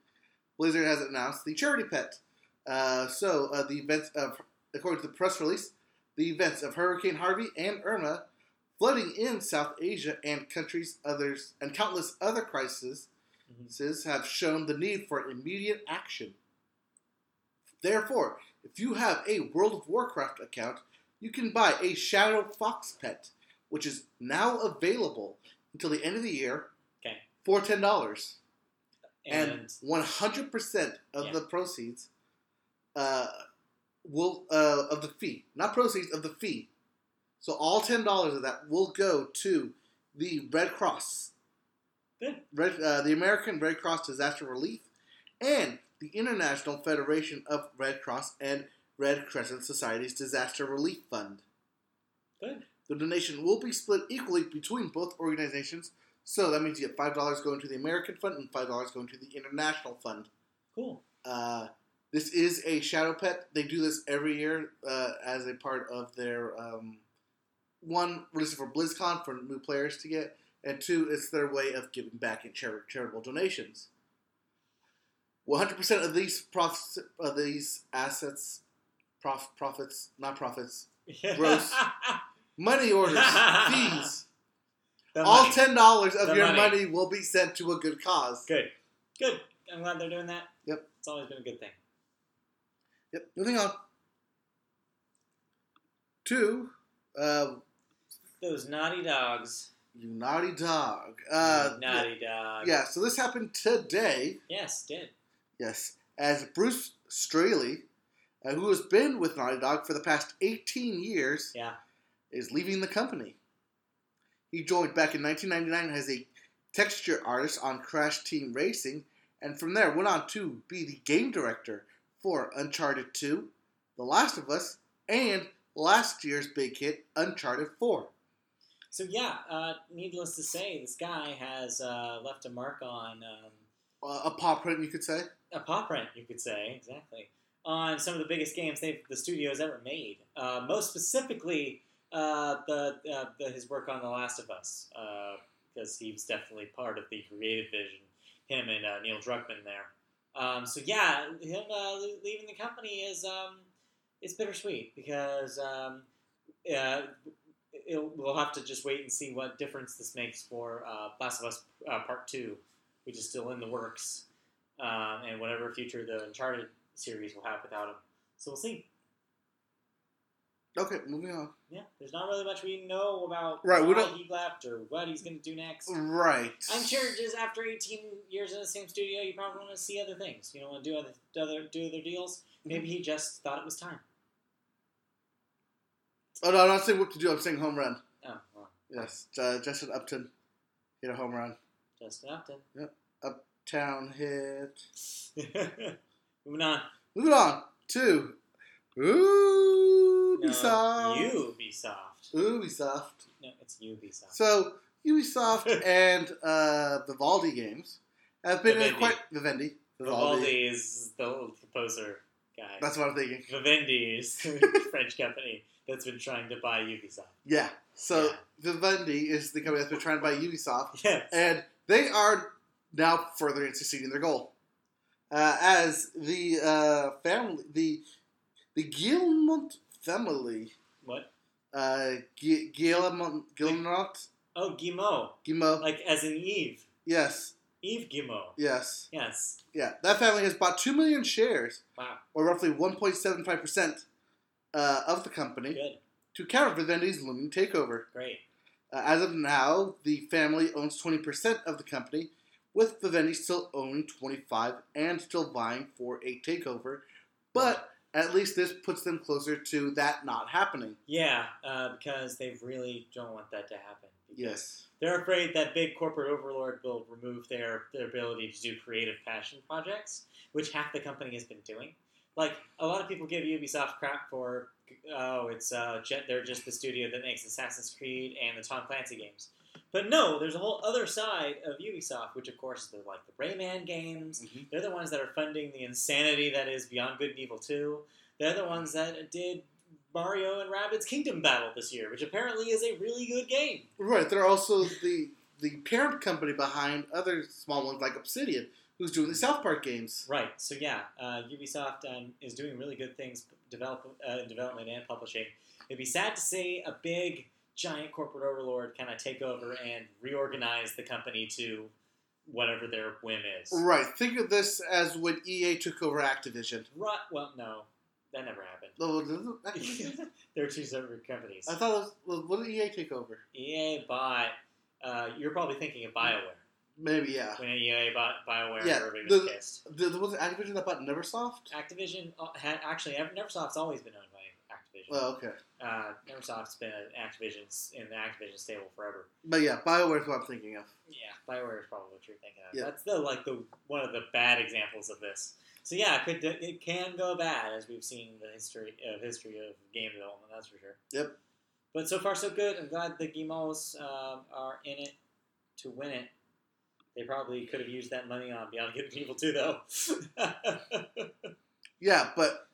S1: Blizzard has announced the charity pet. Uh, so, uh, the events of, according to the press release, the events of Hurricane Harvey and Irma, flooding in South Asia and countries others and countless other crises, have shown the need for immediate action. Therefore, if you have a World of Warcraft account, you can buy a Shadow Fox pet, which is now available until the end of the year
S2: Okay.
S1: for ten dollars,
S2: And,
S1: and one hundred percent of
S2: Yeah.
S1: the proceeds uh, will uh, of the fee, not proceeds of the fee. So all ten dollars of that will go to the Red Cross,
S2: Good.
S1: Red, uh, the American Red Cross Disaster Relief, and the International Federation of Red Cross and Red Crescent Society's Disaster Relief Fund.
S2: Good.
S1: The donation will be split equally between both organizations, so that means you get five dollars going to the American fund and five dollars going to the international fund.
S2: cool.
S1: Uh, this is a shadow pet. They do this every year uh, as a part of their um, one release it for BlizzCon for new players to get, and two, it's their way of giving back in chari- charitable donations. One hundred percent of these profits, of these assets, prof- profits, not profits, Gross. money orders, fees.
S2: The
S1: All
S2: money.
S1: ten dollars of
S2: The
S1: your
S2: money.
S1: money. will be sent to a good cause.
S2: Good. Good. I'm glad they're doing that.
S1: Yep.
S2: It's always been a good thing.
S1: Yep. Moving on. Two, uh,
S2: Those naughty dogs.
S1: you naughty dog. Uh,
S2: You naughty dog.
S1: Yeah. So this happened today.
S2: Yes, did.
S1: Yes, as Bruce Straley, uh, who has been with Naughty Dog for the past 18 years,
S2: Yeah.
S1: is leaving the company. He joined back in 1999 as a texture artist on Crash Team Racing, and from there went on to be the game director for Uncharted 2, The Last of Us, and last year's big hit, Uncharted 4.
S2: So, yeah, uh, needless to say, this guy has uh, left a mark on um,
S1: Uh, a paw print, you could say.
S2: a paw print, you could say, exactly, on some of the biggest games they've, the studio's ever made. Uh, most specifically, uh, the, uh, the his work on The Last of Us, because he was definitely part of the creative vision, him and uh, Neil Druckmann there. Um, so yeah, him uh, le- leaving the company is um, it's bittersweet because um, uh, it, we'll have to just wait and see what difference this makes for uh, Last of Us uh, Part Two, which is still in the works um, and whatever future the Uncharted series will have without him. So we'll see.
S1: Okay, moving on.
S2: Yeah, there's not really much we know about
S1: Right, we
S2: why
S1: don't-
S2: he left or what he's going to do next.
S1: Right.
S2: I'm sure just after 18 years in the same studio, you probably want to see other things. You know, want to do other, other do other deals. Maybe he just thought it was time.
S1: Oh no, I'm not saying what to do. I'm saying home run.
S2: Oh, well,
S1: Yes, uh, Justin Upton hit a home run.
S2: Justin Upton.
S1: Town hit.
S2: Moving on.
S1: Moving on to Ubisoft.
S2: No, Uh, Ubisoft.
S1: Ubisoft.
S2: No, it's Ubisoft.
S1: So Ubisoft and uh, Vivaldi games have been in
S2: Vivendi.
S1: quite Vivendi. Vivaldi.
S2: Vivaldi is the old composer guy.
S1: That's what I'm thinking.
S2: Vivendi is a French company that's been trying to buy Ubisoft.
S1: Yeah. So
S2: Yeah.
S1: Vivendi is the company that's been trying to buy Ubisoft,
S2: Yes.
S1: and they are now further succeeding their goal. Uh, as the uh, family, the the Guillemot family,
S2: what?
S1: uh, Gu- Guillemot, Guillemot,
S2: Oh, Guimau.
S1: Guillemot,
S2: Like as in Eve.
S1: yes,
S2: Eve Guimau.
S1: yes,
S2: Yes.
S1: yeah. That family has bought two million shares,
S2: Wow.
S1: or roughly one point seven five percent uh, of the company,
S2: Good.
S1: to counter Vivendi's looming takeover.
S2: Great.
S1: Uh, as of now, the family owns 20% of the company, with Vivendi still owning 25 and still vying for a takeover. But at least this puts them closer to that not happening.
S2: Yeah, uh, because they really don't want that to happen.
S1: Yes.
S2: They're afraid that big corporate overlord will remove their, their ability to do creative passion projects, which half the company has been doing. Like, a lot of people give Ubisoft crap for, oh, it's uh, ju- they're just the studio that makes Assassin's Creed and the Tom Clancy games. But no, there's a whole other side of Ubisoft, which of course is the, like the Rayman games.
S1: Mhm.
S2: They're the ones that are funding the insanity that is Beyond Good and Evil 2. They're the ones that did Mario and Rabbids Kingdom Battle this year, which apparently is a really good game.
S1: Right. They're also the the parent company behind other small ones like Obsidian, who's doing the South Park games.
S2: Right. So yeah, uh, Ubisoft um, is doing really good things, develop uh, in development and publishing. It'd be sad to see a big, giant corporate overlord kind of take over and reorganize the company to whatever their whim is.
S1: Right. Think of this as when EA took over Activision.
S2: Ru- well, no, that never happened.
S1: Oh, was it Activision?
S2: They're two separate companies.
S1: I thought it was, well, what did EA take over?
S2: EA bought. Uh, you're probably thinking of Bioware
S1: Maybe yeah.
S2: when EA bought Bioware.
S1: Yeah,
S2: everybody was
S1: the-
S2: pissed.
S1: The, was it Activision that bought Neversoft?
S2: Activision uh, had actually Neversoft's always been owned by Activision.
S1: Well, Oh, okay.
S2: uh, Neversoft's been at Activision's in the Activision stable forever.
S1: But yeah, Bioware's what I'm thinking of.
S2: Yeah, Bioware is probably what you're thinking of.
S1: Yeah.
S2: That's the like the one of the bad examples of this. So yeah, it could it can go bad as we've seen the history of history of game development. That's for sure.
S1: Yep.
S2: But so far so good. I'm glad the Guimauds um, are in it to win it. They probably could have used that money on Beyond Good and Evil too, though.
S1: Yeah, but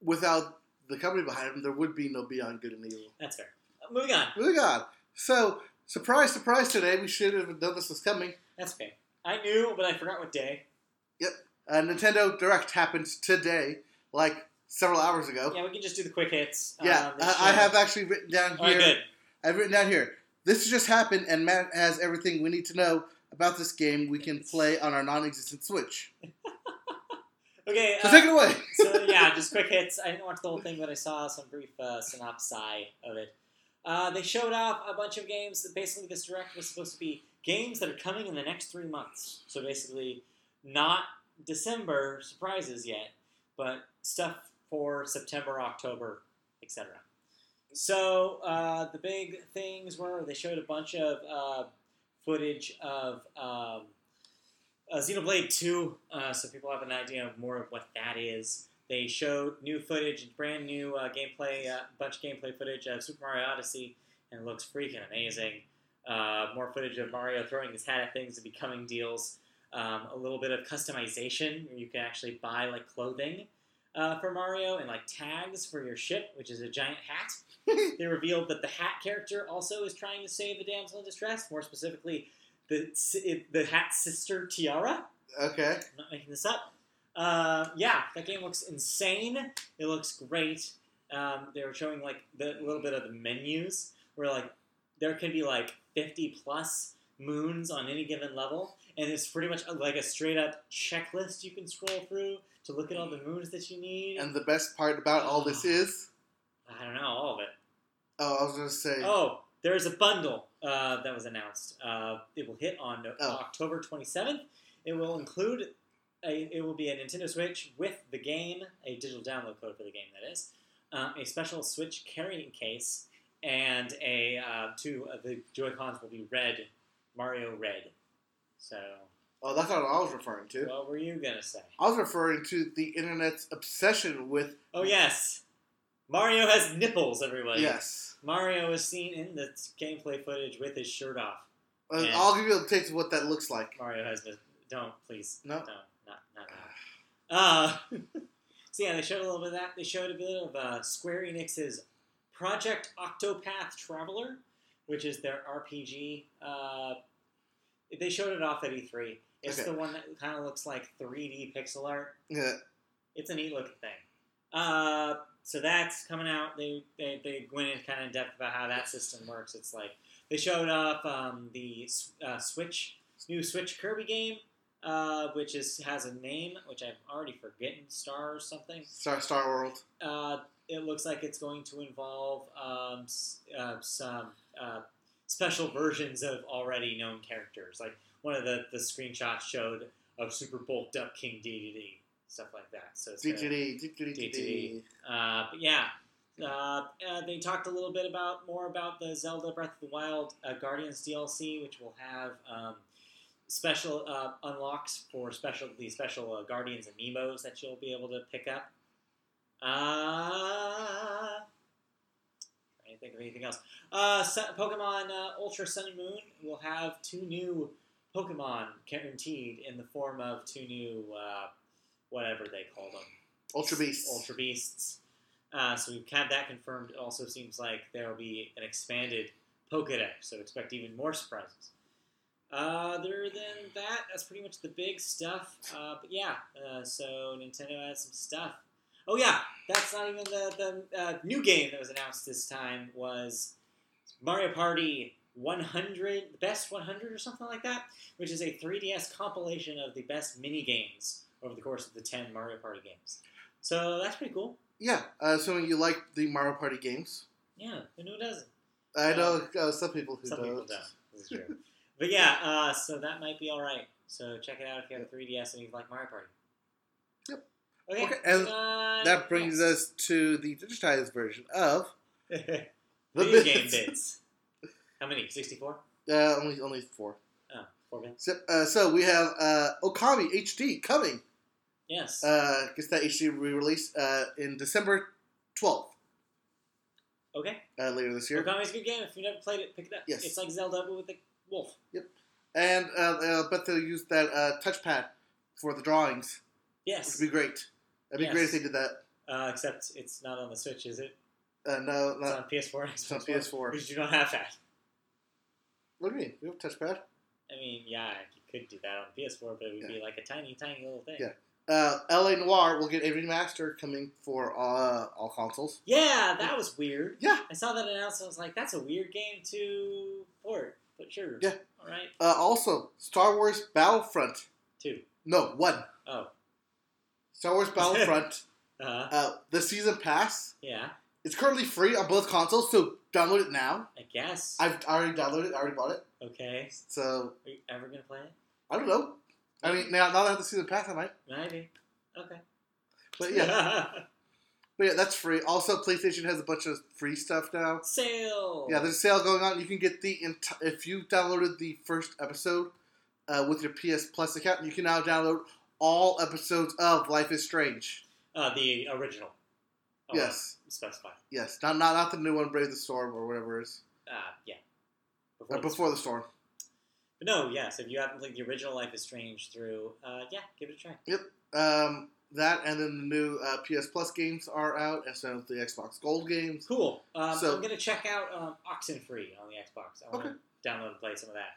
S1: without the company behind them, there would be no Beyond Good and Evil.
S2: That's fair. Uh, moving on.
S1: Really, God. So, surprise, surprise today. We should have known this was coming.
S2: That's okay. I knew, but I forgot what day.
S1: Uh, Nintendo Direct happened today, like several hours ago.
S2: Yeah, we can just do the quick hits.
S1: Oh. Yeah,
S2: Um,
S1: I, I have actually written down
S2: All right,
S1: here.
S2: good.
S1: I've written down here. This has just happened, and Matt has everything we need to know about this game we can play on our non existent Switch.
S2: Okay.
S1: So,
S2: uh,
S1: take it away.
S2: so yeah, just quick hits. I didn't watch the whole thing, but I saw some brief uh, synopsi of it. Uh, they showed off a bunch of games. That basically, this direct was supposed to be games that are coming in the next three months. So basically, not December surprises yet, but stuff for September, October, etc. So uh, the big things were they showed a bunch of uh, footage of um, uh, Xenoblade 2, uh, so people have an idea of more of what that is. They showed new footage, brand new uh, gameplay, uh, bunch of gameplay footage of Super Mario Odyssey, and it looks freaking amazing. Uh, more footage of Mario throwing his hat at things and becoming deals. Um, a little bit of customization where you can actually buy like clothing uh, for Mario and like tags for your ship, which is a giant hat. they revealed that the hat character also is trying to save a damsel in distress. More specifically, the si- the hat sister Tiara.
S1: okay.
S2: I'm not making this up. Uh, yeah, that game looks insane. It looks great. Um, they were showing like the little bit of the menus where like there can be like 50 plus moons on any given level, and it's pretty much uh, like a straight up checklist you can scroll through to look at all the moons that you need.
S1: And the best part about all this is,
S2: I don't know all of it.
S1: oh, I was gonna say,
S2: Oh, there is a bundle uh, that was announced. Uh, it will hit on
S1: Oh.
S2: October 27th. It will include a, it will be a Nintendo Switch with the game, a digital download code for the game that is, um, a special Switch carrying case, and a uh, two of the Joy Cons will be red, Mario red. So,
S1: oh, that's not what I was referring to.
S2: what were you gonna say?
S1: I was referring to the internet's obsession with
S2: Oh yes, Mario has nipples, everybody.
S1: yes.
S2: Mario is seen in the gameplay footage with his shirt off.
S1: Uh,
S2: Yeah.
S1: I'll give you a taste of what that looks like.
S2: Mario has no. Don't please.
S1: No.
S2: No. Not. Not. now. Uh, so yeah, they showed a little bit of that. They showed a bit of uh, Square Enix's Project Octopath Traveler, which is their RPG. Uh, they showed it off at E3. It's
S1: Okay.
S2: the one that kind of looks like 3D pixel art.
S1: Yeah.
S2: It's a neat looking thing. Uh, so that's coming out. They, they, they went in kind of depth about how that system works. It's like they showed off um, the uh, Switch new Switch Kirby game, uh, which is has a name which I've already forgotten, Star or something.
S1: Star Star World.
S2: Uh, it looks like it's going to involve um, s- uh, some uh, special versions of already known characters. Like one of the, the screenshots showed of Super Bulked Up King DDD, stuff like that. So it's gonna-
S1: DDD, DDD, DDD.
S2: uh, but yeah, uh, uh, they talked a little bit about more about the Zelda Breath of the Wild uh, Guardians DLC, which will have um, special uh, unlocks for special the special uh, Guardians amiibos that you'll be able to pick up. Uh, trying to think of anything else. Uh, Sun- Pokemon uh, Ultra Sun and Moon will have two new Pokemon guaranteed in the form of two new uh, whatever they call them.
S1: Ultra Beast.
S2: Ultra Beasts. Uh, so we've had that confirmed. It also seems like there will be an expanded Pokedex, so expect even more surprises. Uh, Other than that, that's pretty much the big stuff. Uh, but yeah, uh, so Nintendo has some stuff. Oh yeah, that's not even the, the uh, new game that was announced this time was Mario Party 100, the best 100 or something like that, which is a 3DS compilation of the best mini games over the course of the 10 Mario Party games. So that's pretty cool.
S1: Yeah, uh, assuming you like the Mario Party games.
S2: Yeah, and who doesn't?
S1: I know uh, some people who
S2: Some
S1: don't.
S2: people don't. This is true. but yeah, uh, so that might be all right. So check it out if you have a 3DS and you like Mario Party.
S1: Yep.
S2: Okay.
S1: Okay, and
S2: uh,
S1: That brings us to the digitized version of
S2: the
S1: the
S2: video game
S1: bits.
S2: bits. How many? 64?
S1: Uh, only only four.
S2: Oh, four bits.
S1: So, uh, so we have uh, Okami HD coming.
S2: Yes.
S1: Uh, gets that HD re-release uh, in December twelfth
S2: okay.
S1: uh, later this year.
S2: Okami's a good game. If you've never played it, pick it up.
S1: Yes.
S2: It's like Zelda but with a wolf.
S1: And uh, uh, but they'll use that uh, touchpad for the drawings, which
S2: Yes.
S1: would be great. That'd be
S2: Yes.
S1: great if they did that.
S2: Uh, except it's not on the Switch, is it?
S1: Uh, no,
S2: It's
S1: no.
S2: on PS4 and
S1: It's on
S2: Xbox One,
S1: PS4.
S2: Which you don't have that.
S1: What do you mean? We have a touchpad.
S2: I mean, yeah, you could do that on PS4, but it would be like a tiny, tiny little thing.
S1: Yeah. Uh, LA Noir will get a remaster coming for uh, all consoles.
S2: Yeah, that was weird.
S1: Yeah.
S2: I saw that announcement. I was like, that's a weird game to port, but sure.
S1: Yeah.
S2: All right.
S1: Uh, also, Star Wars Battlefront.
S2: Two.
S1: No, one.
S2: Oh.
S1: Star Wars Battlefront.
S2: Uh,
S1: uh, the season pass.
S2: yeah,
S1: It's currently free on both consoles, so download it now.
S2: I guess.
S1: I've already downloaded it. I already bought it.
S2: okay.
S1: So
S2: Are you ever going to play it?
S1: I don't know. I mean, now, now that I have the season pass, I might.
S2: Maybe. Okay.
S1: But yeah, but yeah, that's free. Also, PlayStation has a bunch of free stuff now.
S2: Sale.
S1: Yeah, there's a sale going on. You can get the enti- if you downloaded the first episode uh, with your PS Plus account, you can now download all episodes of Life is Strange.
S2: uh, the original. Oh,
S1: Yes,
S2: well, Specify.
S1: yes, not not not the new one, Brave the Storm or whatever it is.
S2: Uh, yeah.
S1: Or
S2: this
S1: Before
S2: one.
S1: the Storm.
S2: But no, yes. If you haven't played the original Life is Strange through, uh, yeah, give it a try.
S1: Um, that and then the new uh, PS Plus games are out, as well as the Xbox Gold games.
S2: Cool. Um,
S1: So-
S2: I'm gonna check out um, Oxenfree on the Xbox. I want
S1: Okay.
S2: to download and play some of that.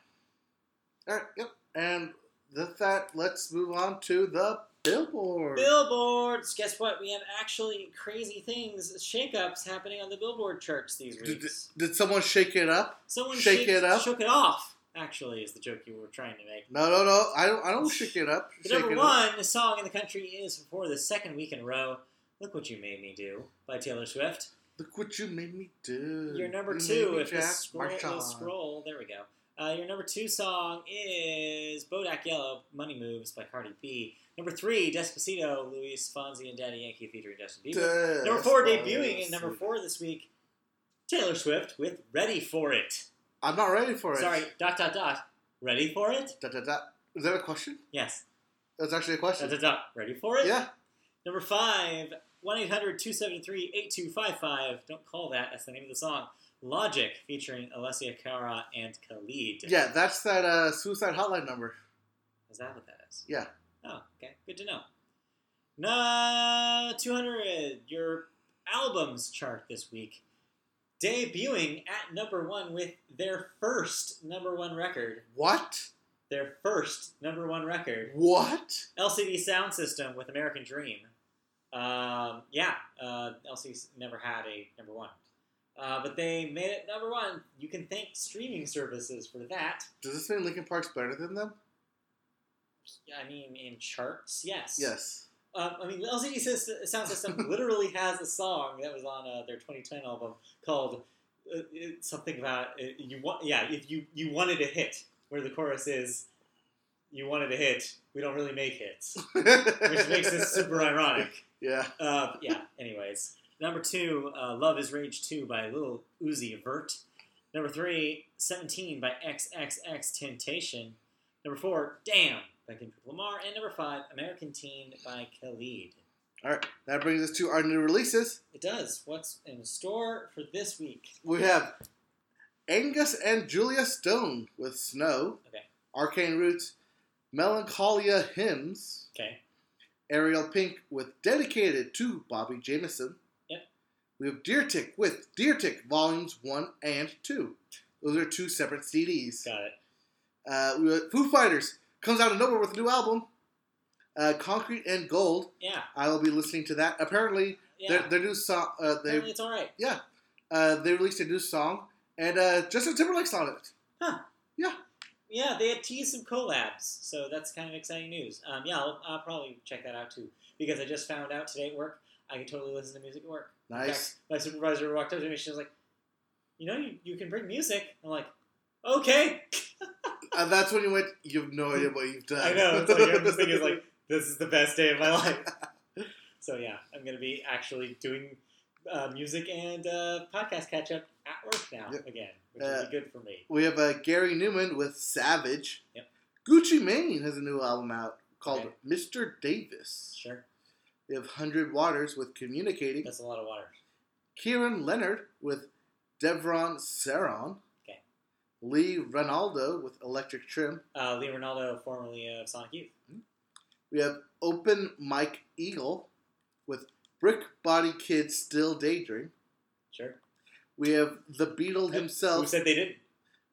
S1: All right, yep. And with that, let's move on to the Billboard.
S2: Billboards. Guess what? We have actually crazy things, shakeups happening on the Billboard charts these
S1: Did-
S2: weeks.
S1: Did someone shake it up?
S2: Someone
S1: shake
S2: shake
S1: it up?
S2: shook it off actually is the joke you were trying to make.
S1: No, no, no. I don't. I don't shake it up.
S2: But
S1: Shake
S2: number
S1: it up.
S2: one, the song in the country is for the second week in a row. Look What You Made Me Do by Taylor Swift.
S1: Look what you made me do.
S2: Your number
S1: You made
S2: two,
S1: me
S2: if you
S1: Jack
S2: scroll,
S1: Marshall.
S2: scroll, there we go. Uh, your number two song is Bodak Yellow, Money Moves by Cardi B. Number three, Despacito, Luis Fonsi and Daddy Yankee featuring Justin Bieber.
S1: Duh.
S2: number four,
S1: That's
S2: debuting
S1: awesome.
S2: in number four this week, Taylor Swift with Ready For It.
S1: I'm not ready for it.
S2: Sorry, dot, dot, dot. Ready For It?
S1: Da, da, da. Is that a question?
S2: Yes.
S1: That's actually a
S2: Dot,
S1: question.
S2: dot, dot. Ready For It?
S1: Yeah.
S2: Number five, 1 800 273 8255. Don't call that. That's the name of the song. Logic featuring Alessia Cara and Khalid.
S1: Yeah. That's that uh, suicide hotline number.
S2: Is that what that is?
S1: Yeah.
S2: Oh, okay. Good to know. No, 200, your albums chart this week. Debuting at number one with their first number one record.
S1: What?
S2: Their first number one record.
S1: What?
S2: LCD sound system with American Dream. Um, yeah, uh, LCD's never had a number one. Uh, but they made it number one. You can thank streaming services for that.
S1: Does this mean Linkin Park's better than them?
S2: I mean, in charts, yes.
S1: Yes.
S2: Um, I mean, LCD system, Sound System literally has a song that was on uh, their 2010 album called uh, it- something about uh, you want. Yeah, if you you wanted a hit, where the chorus is, "You wanted a hit. We don't really make hits," which makes this super ironic.
S1: Yeah.
S2: Uh, yeah. Anyways, number two, uh, "Love Is Rage 2" by Lil Uzi Vert. Number three, "17" by XXX Temptation. Number four, "Damn" by Kendrick Lamar, and number five, "American Teen" by Khalid.
S1: That brings us to our new releases.
S2: It does. What's in store for this week?
S1: We have Angus and Julia Stone with Snow,
S2: Okay.
S1: Arcane Roots, Melancholia Hymns,
S2: Okay.
S1: Ariel Pink with Dedicated to Bobby Jameson.
S2: Yep.
S1: We have Deer Tick with Deer Tick Volumes 1 and 2. Those are two separate CDs.
S2: Got it.
S1: Uh, we have Foo Fighters comes out of nowhere with a new album, uh, Concrete and Gold.
S2: Yeah.
S1: I will be listening to that. Apparently,
S2: Yeah.
S1: their, their new song, uh, they,
S2: Apparently it's all right.
S1: uh, they released a new song, and uh, Justin Timberlake's on it.
S2: Yeah, they had teased some collabs, so that's kind of exciting news. Um, yeah, I'll, I'll probably check that out too because I just found out today at work I can totally listen to music at work. In fact,
S1: Nice.
S2: my supervisor walked up to me. She was like, "You know, you, you can bring music." I'm like, "Okay."
S1: Uh, that's when you went, you have no idea what you've done.
S2: I know. It's like I'm just thinking, like, this is the best day of my life. so yeah, I'm gonna be actually doing uh, music and uh, podcast catch up at work now
S1: Yep.
S2: again, which will
S1: Uh,
S2: be good for me.
S1: We have uh, Gary Newman with Savage.
S2: Yep.
S1: Gucci Mane has a new album out called
S2: Okay.
S1: Mr. Davis.
S2: Sure,
S1: We have Hundred Waters with Communicating.
S2: that's a lot of water.
S1: Kieran Leonard with Devron Saron.
S2: Okay.
S1: Lee Ronaldo with Electric Trim.
S2: Uh, Lee Ronaldo, formerly of Sonic Youth.
S1: We have Open Mike Eagle with Brick Body Kid Still Daydream.
S2: Sure.
S1: We have the Beatle
S2: Yep. Who
S1: himself.
S2: said they didn't?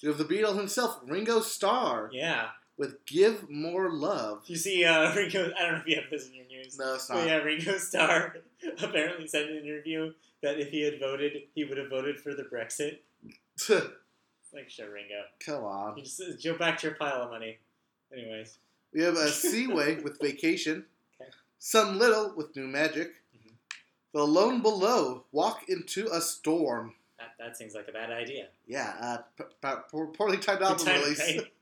S1: We have the Beatle himself, Ringo Starr,
S2: Yeah.
S1: with "Give More Love."
S2: You see, uh, Ringo. I don't know if you have this in your news.
S1: No, it's
S2: But
S1: not.
S2: yeah, Ringo Starr apparently said in an interview that if he had voted, he would have voted for the Brexit. It's Like, sure, Ringo.
S1: Come on.
S2: You just jump back to your pile of money. Anyways,
S1: We have a Seaway with Vacation,
S2: Okay.
S1: Sun Little with New Magic,
S2: Mhm.
S1: The Lone Below Walk into a Storm.
S2: that, that seems like a bad idea.
S1: Yeah, uh, p- p- poor- poorly timed album
S2: Good time,
S1: release.
S2: right?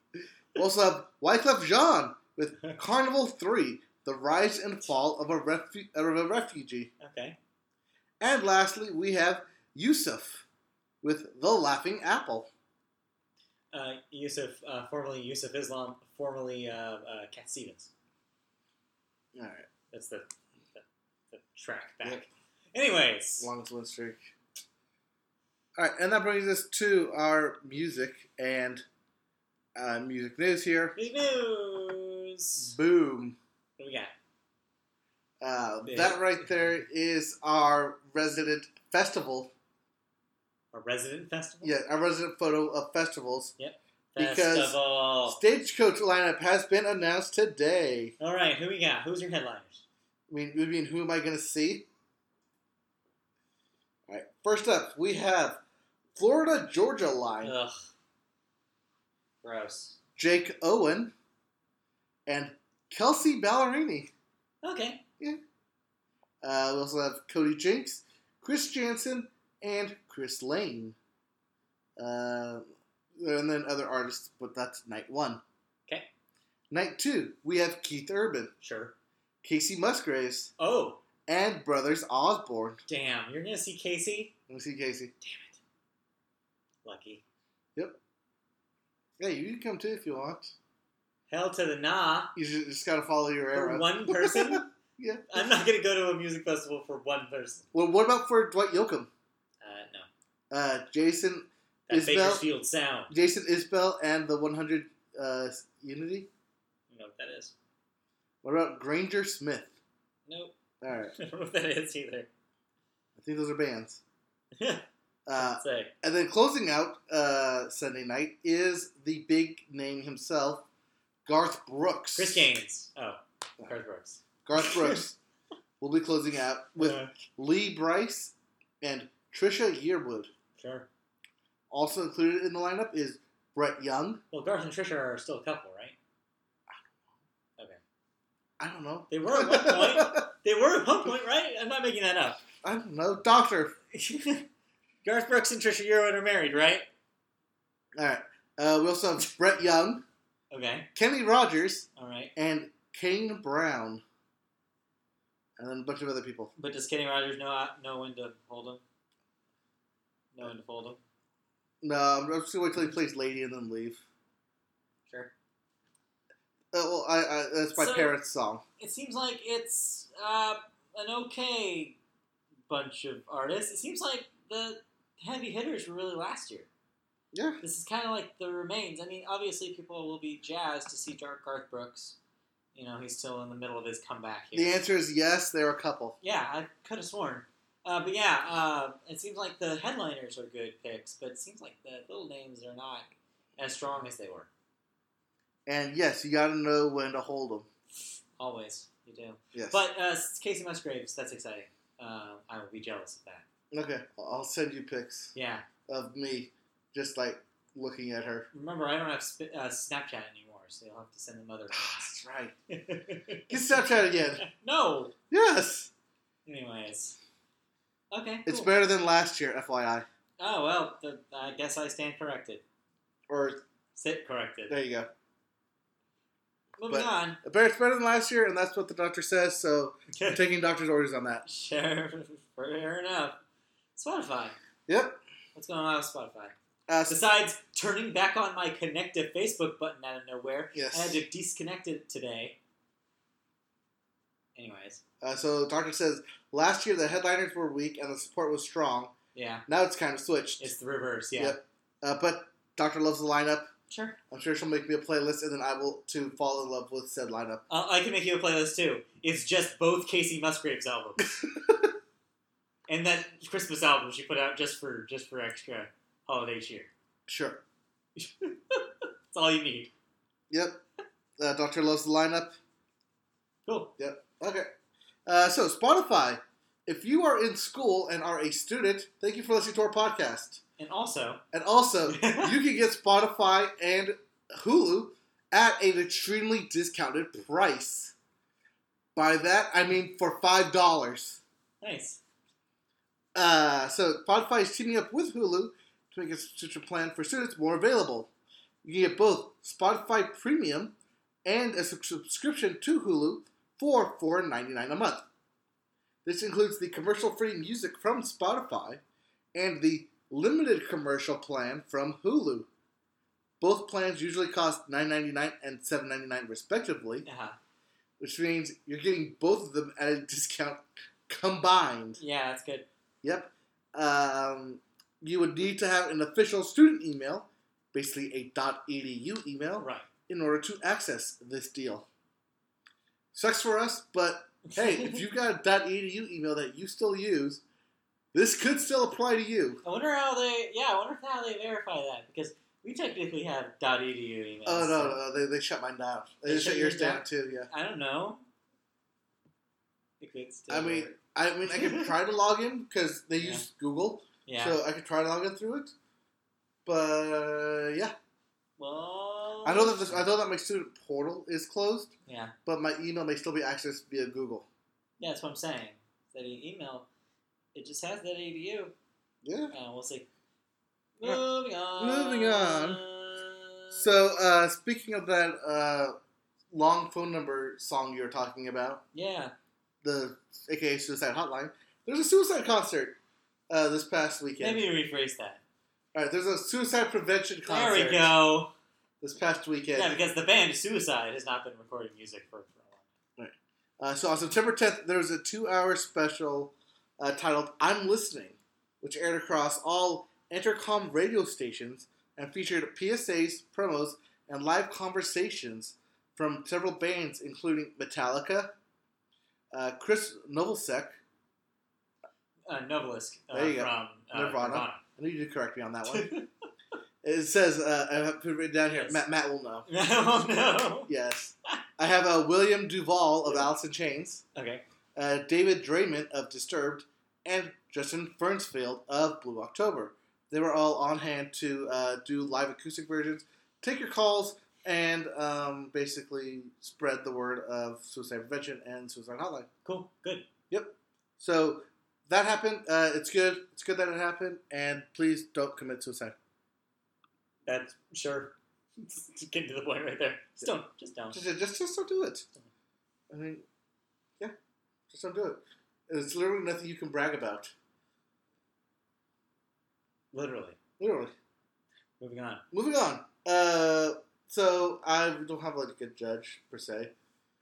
S1: We also have Wyclef Jean with Carnival 3, The Rise and Fall of a, refu- of a Refugee.
S2: Okay.
S1: And lastly, we have Yusuf with The Laughing Apple.
S2: Uh, Yusuf, uh, formerly Yusuf Islam, formerly uh, uh, Cat Stevens.
S1: All right,
S2: That's the, the, the track back.
S1: Yep.
S2: Anyways,
S1: longest win streak. All right, and that brings us to our music and uh, music news here.
S2: big news.
S1: Boom.
S2: What do we got?
S1: Uh,
S2: Yeah.
S1: that right there is our resident festival.
S2: A resident festival.
S1: Yeah, our resident photo of festivals. because-
S2: Festival.
S1: Stagecoach lineup has been announced today.
S2: All right, who we got? Who's your headliners?
S1: I mean, I mean, who am I going to see? All
S2: Uh.
S1: right, first up, we have Florida Georgia line.
S2: Ugh. Gross.
S1: Jake Owen, and Kelsey Ballerini.
S2: Okay.
S1: Uh, we also have Cody Jinks, Chris Jansen, and Chris Lane. Uh, and then other artists, but that's night one.
S2: Okay.
S1: Night two, we have Keith Urban,
S2: Sure.
S1: Casey Musgraves,
S2: Oh,
S1: and Brothers Osborne.
S2: damn. You're going to see Casey?
S1: Let me see Casey.
S2: Lucky.
S1: Yeah, you can come too if you want.
S2: Hell to the nah.
S1: You ju- just gotta follow your
S2: For
S1: arrow.
S2: one person?
S1: Yeah.
S2: I'm not going to go to a music festival for one person.
S1: Well, what about for Dwight Yoakam?
S2: Uh, no.
S1: Uh, Jason,
S2: That
S1: Isabel-
S2: Bakersfield sound.
S1: Jason Isbell, and the 100 uh, Unity.
S2: I don't know what that is.
S1: What about Granger Smith?
S2: Nope.
S1: All right,
S2: I don't know what that is either.
S1: I think those are bands. Uh,
S2: Say.
S1: and then closing out uh, Sunday night is the big name himself, Garth Brooks.
S2: Chris Gaines. Oh, Garth Brooks.
S1: Garth Brooks will be closing out with
S2: Uh,
S1: Lee Bryce and Trisha Yearwood.
S2: sure.
S1: Also included in the lineup is Brett Young.
S2: Well, Garth and Trisha are still a couple, right?
S1: I don't know.
S2: They were at one point. They were at one point, right? I'm not making that up.
S1: I don't know. Doctor.
S2: Garth Brooks and Trisha Yearwood are married, right?
S1: All right. Uh, we also have Brett Young,
S2: Okay.
S1: Kenny Rogers,
S2: All right.
S1: and Kane Brown. And then a bunch of other people.
S2: But does Kenny Rogers know uh, know when to hold him? Know when to fold him?
S1: No, I'm just gonna wait till he plays Lady and then leave.
S2: Sure.
S1: Uh, well, I, I that's my
S2: So-
S1: parents' song.
S2: It seems like it's uh, an okay bunch of artists. It seems like the heavy hitters were really last year.
S1: Yeah.
S2: This is kind of like the remains. I mean, obviously, people will be jazzed to see Dark Garth Brooks. You know, he's still in the middle of his comeback here.
S1: The answer is yes. They're a couple.
S2: Yeah, I could have sworn. Uh, but yeah, uh, it seems like the headliners are good picks, but it seems like the little names are not as strong as they were.
S1: And yes, you gotta know when to hold them.
S2: Always, you do.
S1: Yes.
S2: But uh, Casey Musgraves, that's exciting. Uh, I will be jealous of that.
S1: okay, I'll send you pics
S2: Yeah,
S1: of me just like looking at her.
S2: remember I don't have sp- uh, Snapchat anymore, so you'll have to send them other
S1: That's right. Get
S2: links.
S1: Snapchat again.
S2: no.
S1: Yes,
S2: Anyways, okay.
S1: it's
S2: cool.
S1: better than last year, FYI.
S2: Oh well, the, I guess I stand corrected.
S1: Or
S2: Sit corrected.
S1: there you go.
S2: Moving
S1: but-
S2: on.
S1: Better, it's better than last year, and that's what the doctor says. So I'm taking doctor's orders on that.
S2: Sure, fair enough. Spotify.
S1: Yep.
S2: What's going on with Spotify?
S1: Uh, s-
S2: Besides turning back on my connect to Facebook button out of nowhere, I had
S1: yes.
S2: to disconnect it today. Anyways,
S1: Uh, so the doctor says last year the headliners were weak and the support was strong.
S2: yeah,
S1: Now it's kind of switched.
S2: it's the reverse. Yeah,
S1: Yep. Uh, but doctor loves the lineup.
S2: sure.
S1: I'm sure she'll make me a playlist, and then I will to fall in love with said lineup.
S2: Uh, I can make you a playlist too. It's just both Casey Musgraves albums and that Christmas album she put out just for just for extra holiday cheer.
S1: Sure.
S2: That's all you need.
S1: Yep. Uh, doctor loves the lineup.
S2: Cool.
S1: Okay. Uh, so, Spotify, if you are in school and are a student, thank you for listening to our podcast.
S2: And also,
S1: And also, you can get Spotify and Hulu at an extremely discounted price. By that, I mean for $5.
S2: nice.
S1: Uh, so, Spotify is teaming up with Hulu to make its subscription plan for students more available. You can get both Spotify Premium and a sub- subscription to Hulu for $4.99 a month. This includes the commercial free music from Spotify and the limited commercial plan from Hulu. Both plans usually cost $9.99 and $7.99 respectively,
S2: Uh-huh.
S1: which means you're getting both of them at a discount combined.
S2: Yeah, that's good.
S1: Yep. Um, you would need to have an official student email, basically a .edu email,
S2: Right.
S1: in order to access this deal. Sucks for us, but hey, if you've got a .edu email that you still use, this could still apply to you.
S2: I wonder how they. Yeah, I wonder how they verify that because we technically have .edu emails.
S1: Oh no,
S2: so
S1: no, no they, they shut mine down. They,
S2: They
S1: shut,
S2: shut
S1: yours
S2: yours
S1: down
S2: down?
S1: too. Yeah.
S2: I don't know. It could still
S1: I mean-
S2: work.
S1: I mean, I could try to log in because they
S2: Yeah.
S1: use Google,
S2: yeah.
S1: so I could try to log in through it. But yeah,
S2: well,
S1: I know that this, I know that my student portal is closed,
S2: Yeah,
S1: but my email may still be accessed via Google.
S2: yeah, that's what I'm saying. That e- email, it just has that ADU.
S1: Yeah.
S2: Uh, we'll see.
S1: Yeah.
S2: Moving on.
S1: Moving on. So uh, speaking of that uh, long phone number song you were talking about,
S2: yeah,
S1: the AKA Suicide Hotline, there's a suicide concert uh, this past weekend.
S2: maybe rephrase that.
S1: All right, there's a suicide prevention concert
S2: There we go.
S1: this past weekend.
S2: Yeah, because the band Suicide has not been recording music for, for a while.
S1: Uh, so on September 10th, there was a two-hour special uh, titled "I'm Listening," which aired across all intercom radio stations and featured PSAs, promos, and live conversations from several bands, including Metallica, uh, Chris Novoselic.
S2: Uh, Novelisk uh,
S1: There you go.
S2: from uh,
S1: Nirvana.
S2: Nirvana.
S1: I know you did correct me on that one. it says uh, I have it written down here.
S2: Yes.
S1: Matt, Matt will know.
S2: oh no.
S1: Yes, I have uh, William Duvall of Alice in Chains.
S2: Okay.
S1: uh, David Draymond of Disturbed, and Justin Fernsfield of Blue October. They were all on hand to uh, do live acoustic versions, take your calls, and um, basically spread the word of suicide prevention and suicide hotline.
S2: Cool. Good.
S1: So that happened. Uh, it's good. It's good that it happened. And please don't commit suicide.
S2: That's sure. Just Get to the point right there. Just don't. Just don't.
S1: Just, just, just don't do it. I mean, yeah, just don't do it. It's literally nothing you can brag about.
S2: Literally.
S1: Literally.
S2: Moving on.
S1: Moving on. Uh, so I don't have like a good judge per se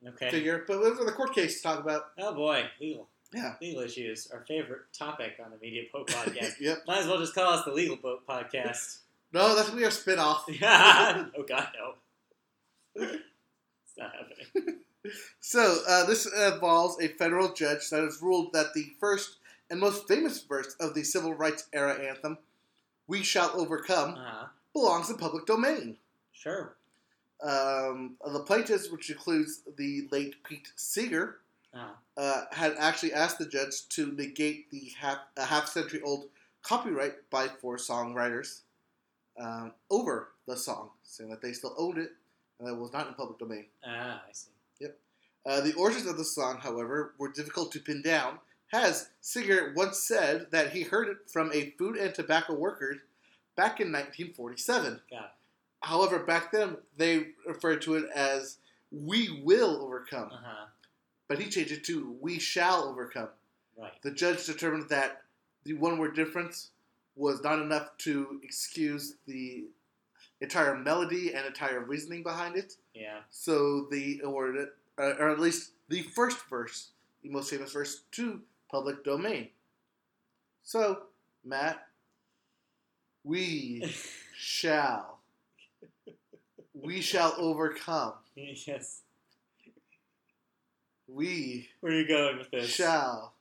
S2: Okay.
S1: figure, but we've got the court case to talk about.
S2: Oh boy, legal.
S1: Yeah.
S2: Legal issues, our favorite topic on the Media Pope podcast.
S1: Yep.
S2: Might as well just call us the Legal Pope podcast.
S1: No, that's gonna be our spinoff.
S2: oh God, no. It's not happening.
S1: So uh, this involves a federal judge that has ruled that the first and most famous verse of the civil rights era anthem, "We Shall Overcome,"
S2: Uh,
S1: belongs in public domain.
S2: sure.
S1: Um, the plaintiffs, which includes the late Pete Seeger,
S2: Uh,
S1: uh, had actually asked the judge to negate the half, a half century old copyright by four songwriters um, over the song, saying that they still owned it and that it was not in public domain.
S2: ah, I see.
S1: Uh, the origins of the song, however, were difficult to pin down, as Singer once said that he heard it from a food and tobacco worker back in 1947.
S2: Got it.
S1: However, back then they referred to it as "We Will Overcome,"
S2: Uh huh.
S1: but he changed it to "We Shall Overcome."
S2: Right.
S1: the judge determined that the one word difference was not enough to excuse the entire melody and entire reasoning behind it.
S2: Yeah.
S1: So the awarded it, uh, or at least the first verse, the most famous verse, to public domain. So, Matt, we shall, we shall overcome.
S2: yes.
S1: We
S2: Where are you going with this?
S1: shall.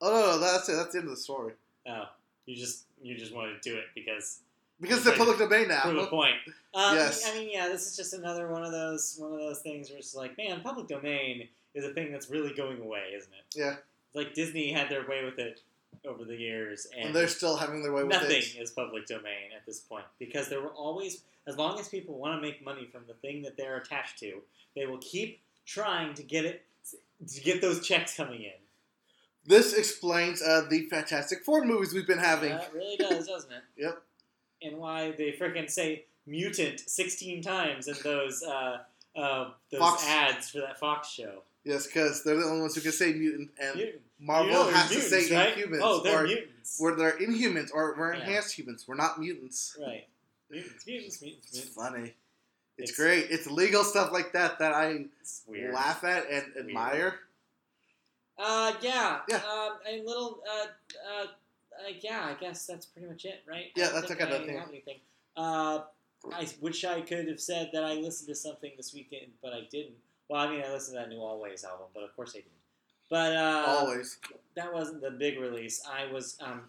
S1: Oh no, no, that's it. That's the end of the story.
S2: Oh, you just you just wanted to do it because
S1: Because they're public domain now.
S2: for the point. Um,
S1: Yes.
S2: I mean, yeah, this is just another one of those one of those things where it's like, man, public domain is a thing that's really going away, isn't it?
S1: Yeah.
S2: It's like Disney had their way with it over the years, and,
S1: and they're still having their way with
S2: nothing
S1: it.
S2: is public domain at this point because there will always, as long as people want to make money from the thing that they're attached to, they will keep trying to get it to get those checks coming in.
S1: This explains uh, the Fantastic Four movies we've been having.
S2: That really does, doesn't it?
S1: Yep.
S2: And why they frickin' say mutant 16 times in those uh, uh, those
S1: Fox.
S2: ads for that Fox show.
S1: Yes, because they're the only ones who can say mutant, and
S2: Mutant.
S1: Marvel
S2: you know they're
S1: has
S2: mutants,
S1: to say
S2: right?
S1: inhumans,
S2: Oh, they're
S1: or
S2: mutants.
S1: we're they're inhumans, or we're
S2: Yeah.
S1: enhanced humans. We're not mutants.
S2: right. Mutants, mutants, mutants,
S1: It's
S2: mutants.
S1: funny. It's,
S2: It's-
S1: great. It's legal stuff like that that I
S2: It's weird.
S1: laugh at and
S2: Weird.
S1: admire.
S2: Uh, yeah.
S1: Yeah.
S2: Um, and little, uh, uh, uh, yeah, I guess that's pretty much it, right?
S1: Yeah,
S2: I don't
S1: that's
S2: think
S1: like
S2: I
S1: another thing.
S2: have anything. Uh, I wish I could have said that I listened to something this weekend, but I didn't. Well, I mean, I listened to that new Always album, but of course I didn't. But uh,
S1: Always.
S2: that wasn't the big release. I was um,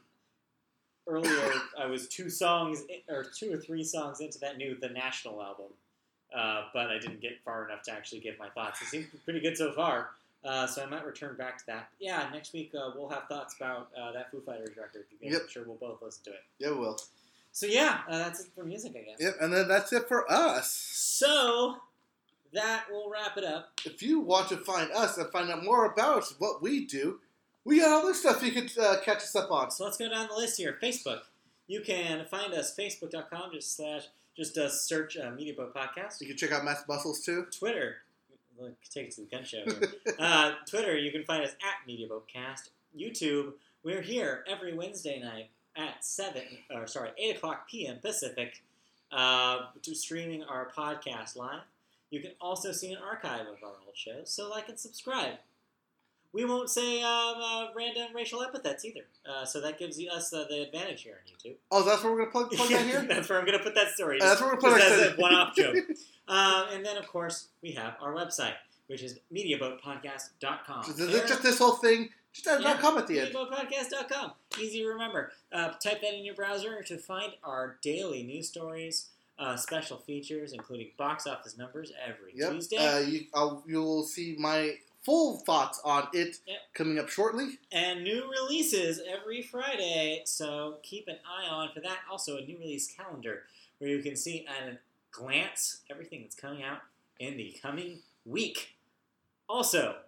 S2: earlier. I was two songs in, or two or three songs into that new The National album, uh, but I didn't get far enough to actually give my thoughts. It seemed pretty good so far, uh, so I might return back to that. Yeah, next week uh, we'll have thoughts about uh, that Foo Fighters record. You guys,
S1: Yep.
S2: I'm sure we'll both listen to it.
S1: Yeah, we will.
S2: So yeah, uh, that's it for music, I guess.
S1: Yep, and then that's it for us.
S2: So that will wrap it up.
S1: If you want to find us and find out more about what we do, we got all this stuff you could uh, catch us up on.
S2: So let's go down the list here. Facebook. You can find us facebook.com just slash just uh, search uh, Media Boat Podcast.
S1: You can check out Mass Bustles too.
S2: Twitter. Look, take it to the gun show. Here. uh, Twitter, you can find us at MediaBoatCast. YouTube, we're here every Wednesday night at seven, or sorry, eight o'clock p.m. Pacific, uh, to streaming our podcast live. You can also see an archive of our old shows, so like and subscribe. We won't say um, uh, random racial epithets either, uh, so that gives you- us uh, the advantage here on YouTube.
S1: Oh, that's where we're gonna plug, plug that here.
S2: that's where I'm going to put that story.
S1: Uh, that's where we're gonna put
S2: Just
S1: our
S2: as a one-off joke. Um, and then, of course, we have our website, which is mediaboatpodcast.com.
S1: Just, just- just this whole thing. Just add
S2: Yeah.
S1: a .com at the end.
S2: Mediaboatpodcast.com. Easy to remember. Uh, type that in your browser to find our daily news stories, uh, special features, including box office numbers every
S1: Yep.
S2: Tuesday.
S1: Uh, you I'll, you will see my full thoughts on it
S2: Yep.
S1: coming up shortly.
S2: and new releases every Friday. So keep an eye on for that. Also, a new release calendar where you can see at a glance everything that's coming out in the coming week. Also,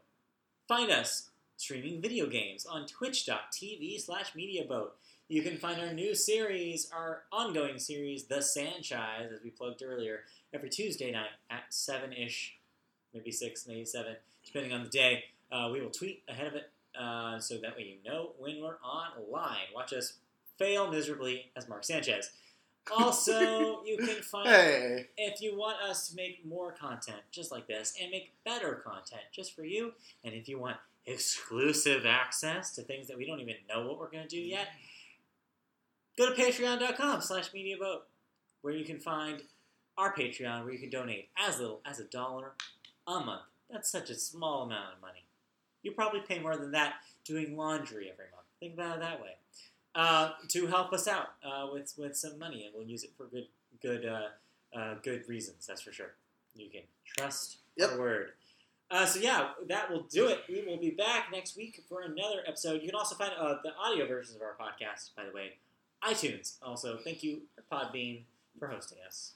S2: find us streaming video games on twitch.tv slash mediaboat. You can find our new series, our ongoing series, The Sanchise, as we plugged earlier, every Tuesday night at 7-ish, maybe 6, maybe 7, depending on the day. Uh, we will tweet ahead of it uh, so that way you know when we're online. Watch us fail miserably as Mark Sanchez. Also, you can find
S1: Hey,
S2: if you want us to make more content just like this and make better content just for you, and if you want exclusive access to things that we don't even know what we're going to do yet, go to patreon.com slash mediaboat where you can find our Patreon where you can donate as little as a dollar a month. That's such a small amount of money. You probably pay more than that doing laundry every month. Think about it that way. Uh, to help us out uh, with with some money, and we'll use it for good good uh, uh, good reasons. That's for sure. You can trust
S1: Yep.
S2: our word. Uh, so yeah, that will do it. We will be back next week for another episode. You can also find uh, the audio versions of our podcast, by the way, iTunes. Also, thank you Podbean for hosting us.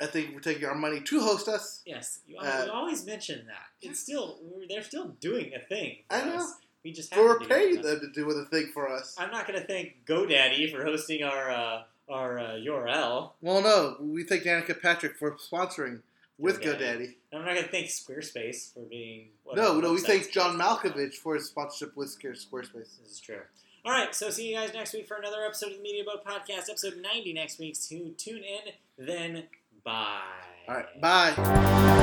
S1: I think we're taking our money to host us.
S2: Yes, you
S1: Uh,
S2: we always mention that. It's still we're, they're still doing a thing. For
S1: I know.
S2: Us. We just have
S1: We're
S2: to do
S1: paying
S2: it.
S1: them to do the thing for us.
S2: I'm not going to thank GoDaddy for hosting our uh, our uh, URL.
S1: Well, no, we thank Danica Patrick for sponsoring with
S2: GoDaddy.
S1: GoDaddy.
S2: And I'm not going to thank Squarespace for being. what
S1: No,
S2: our
S1: no, we
S2: website's
S1: thank John
S2: based on.
S1: Malkovich for his sponsorship with Scare- Squarespace.
S2: This is true. All right, so see you guys next week for another episode of the Media Boat Podcast, episode 90 next week. So tune in, then bye.
S1: All right, bye.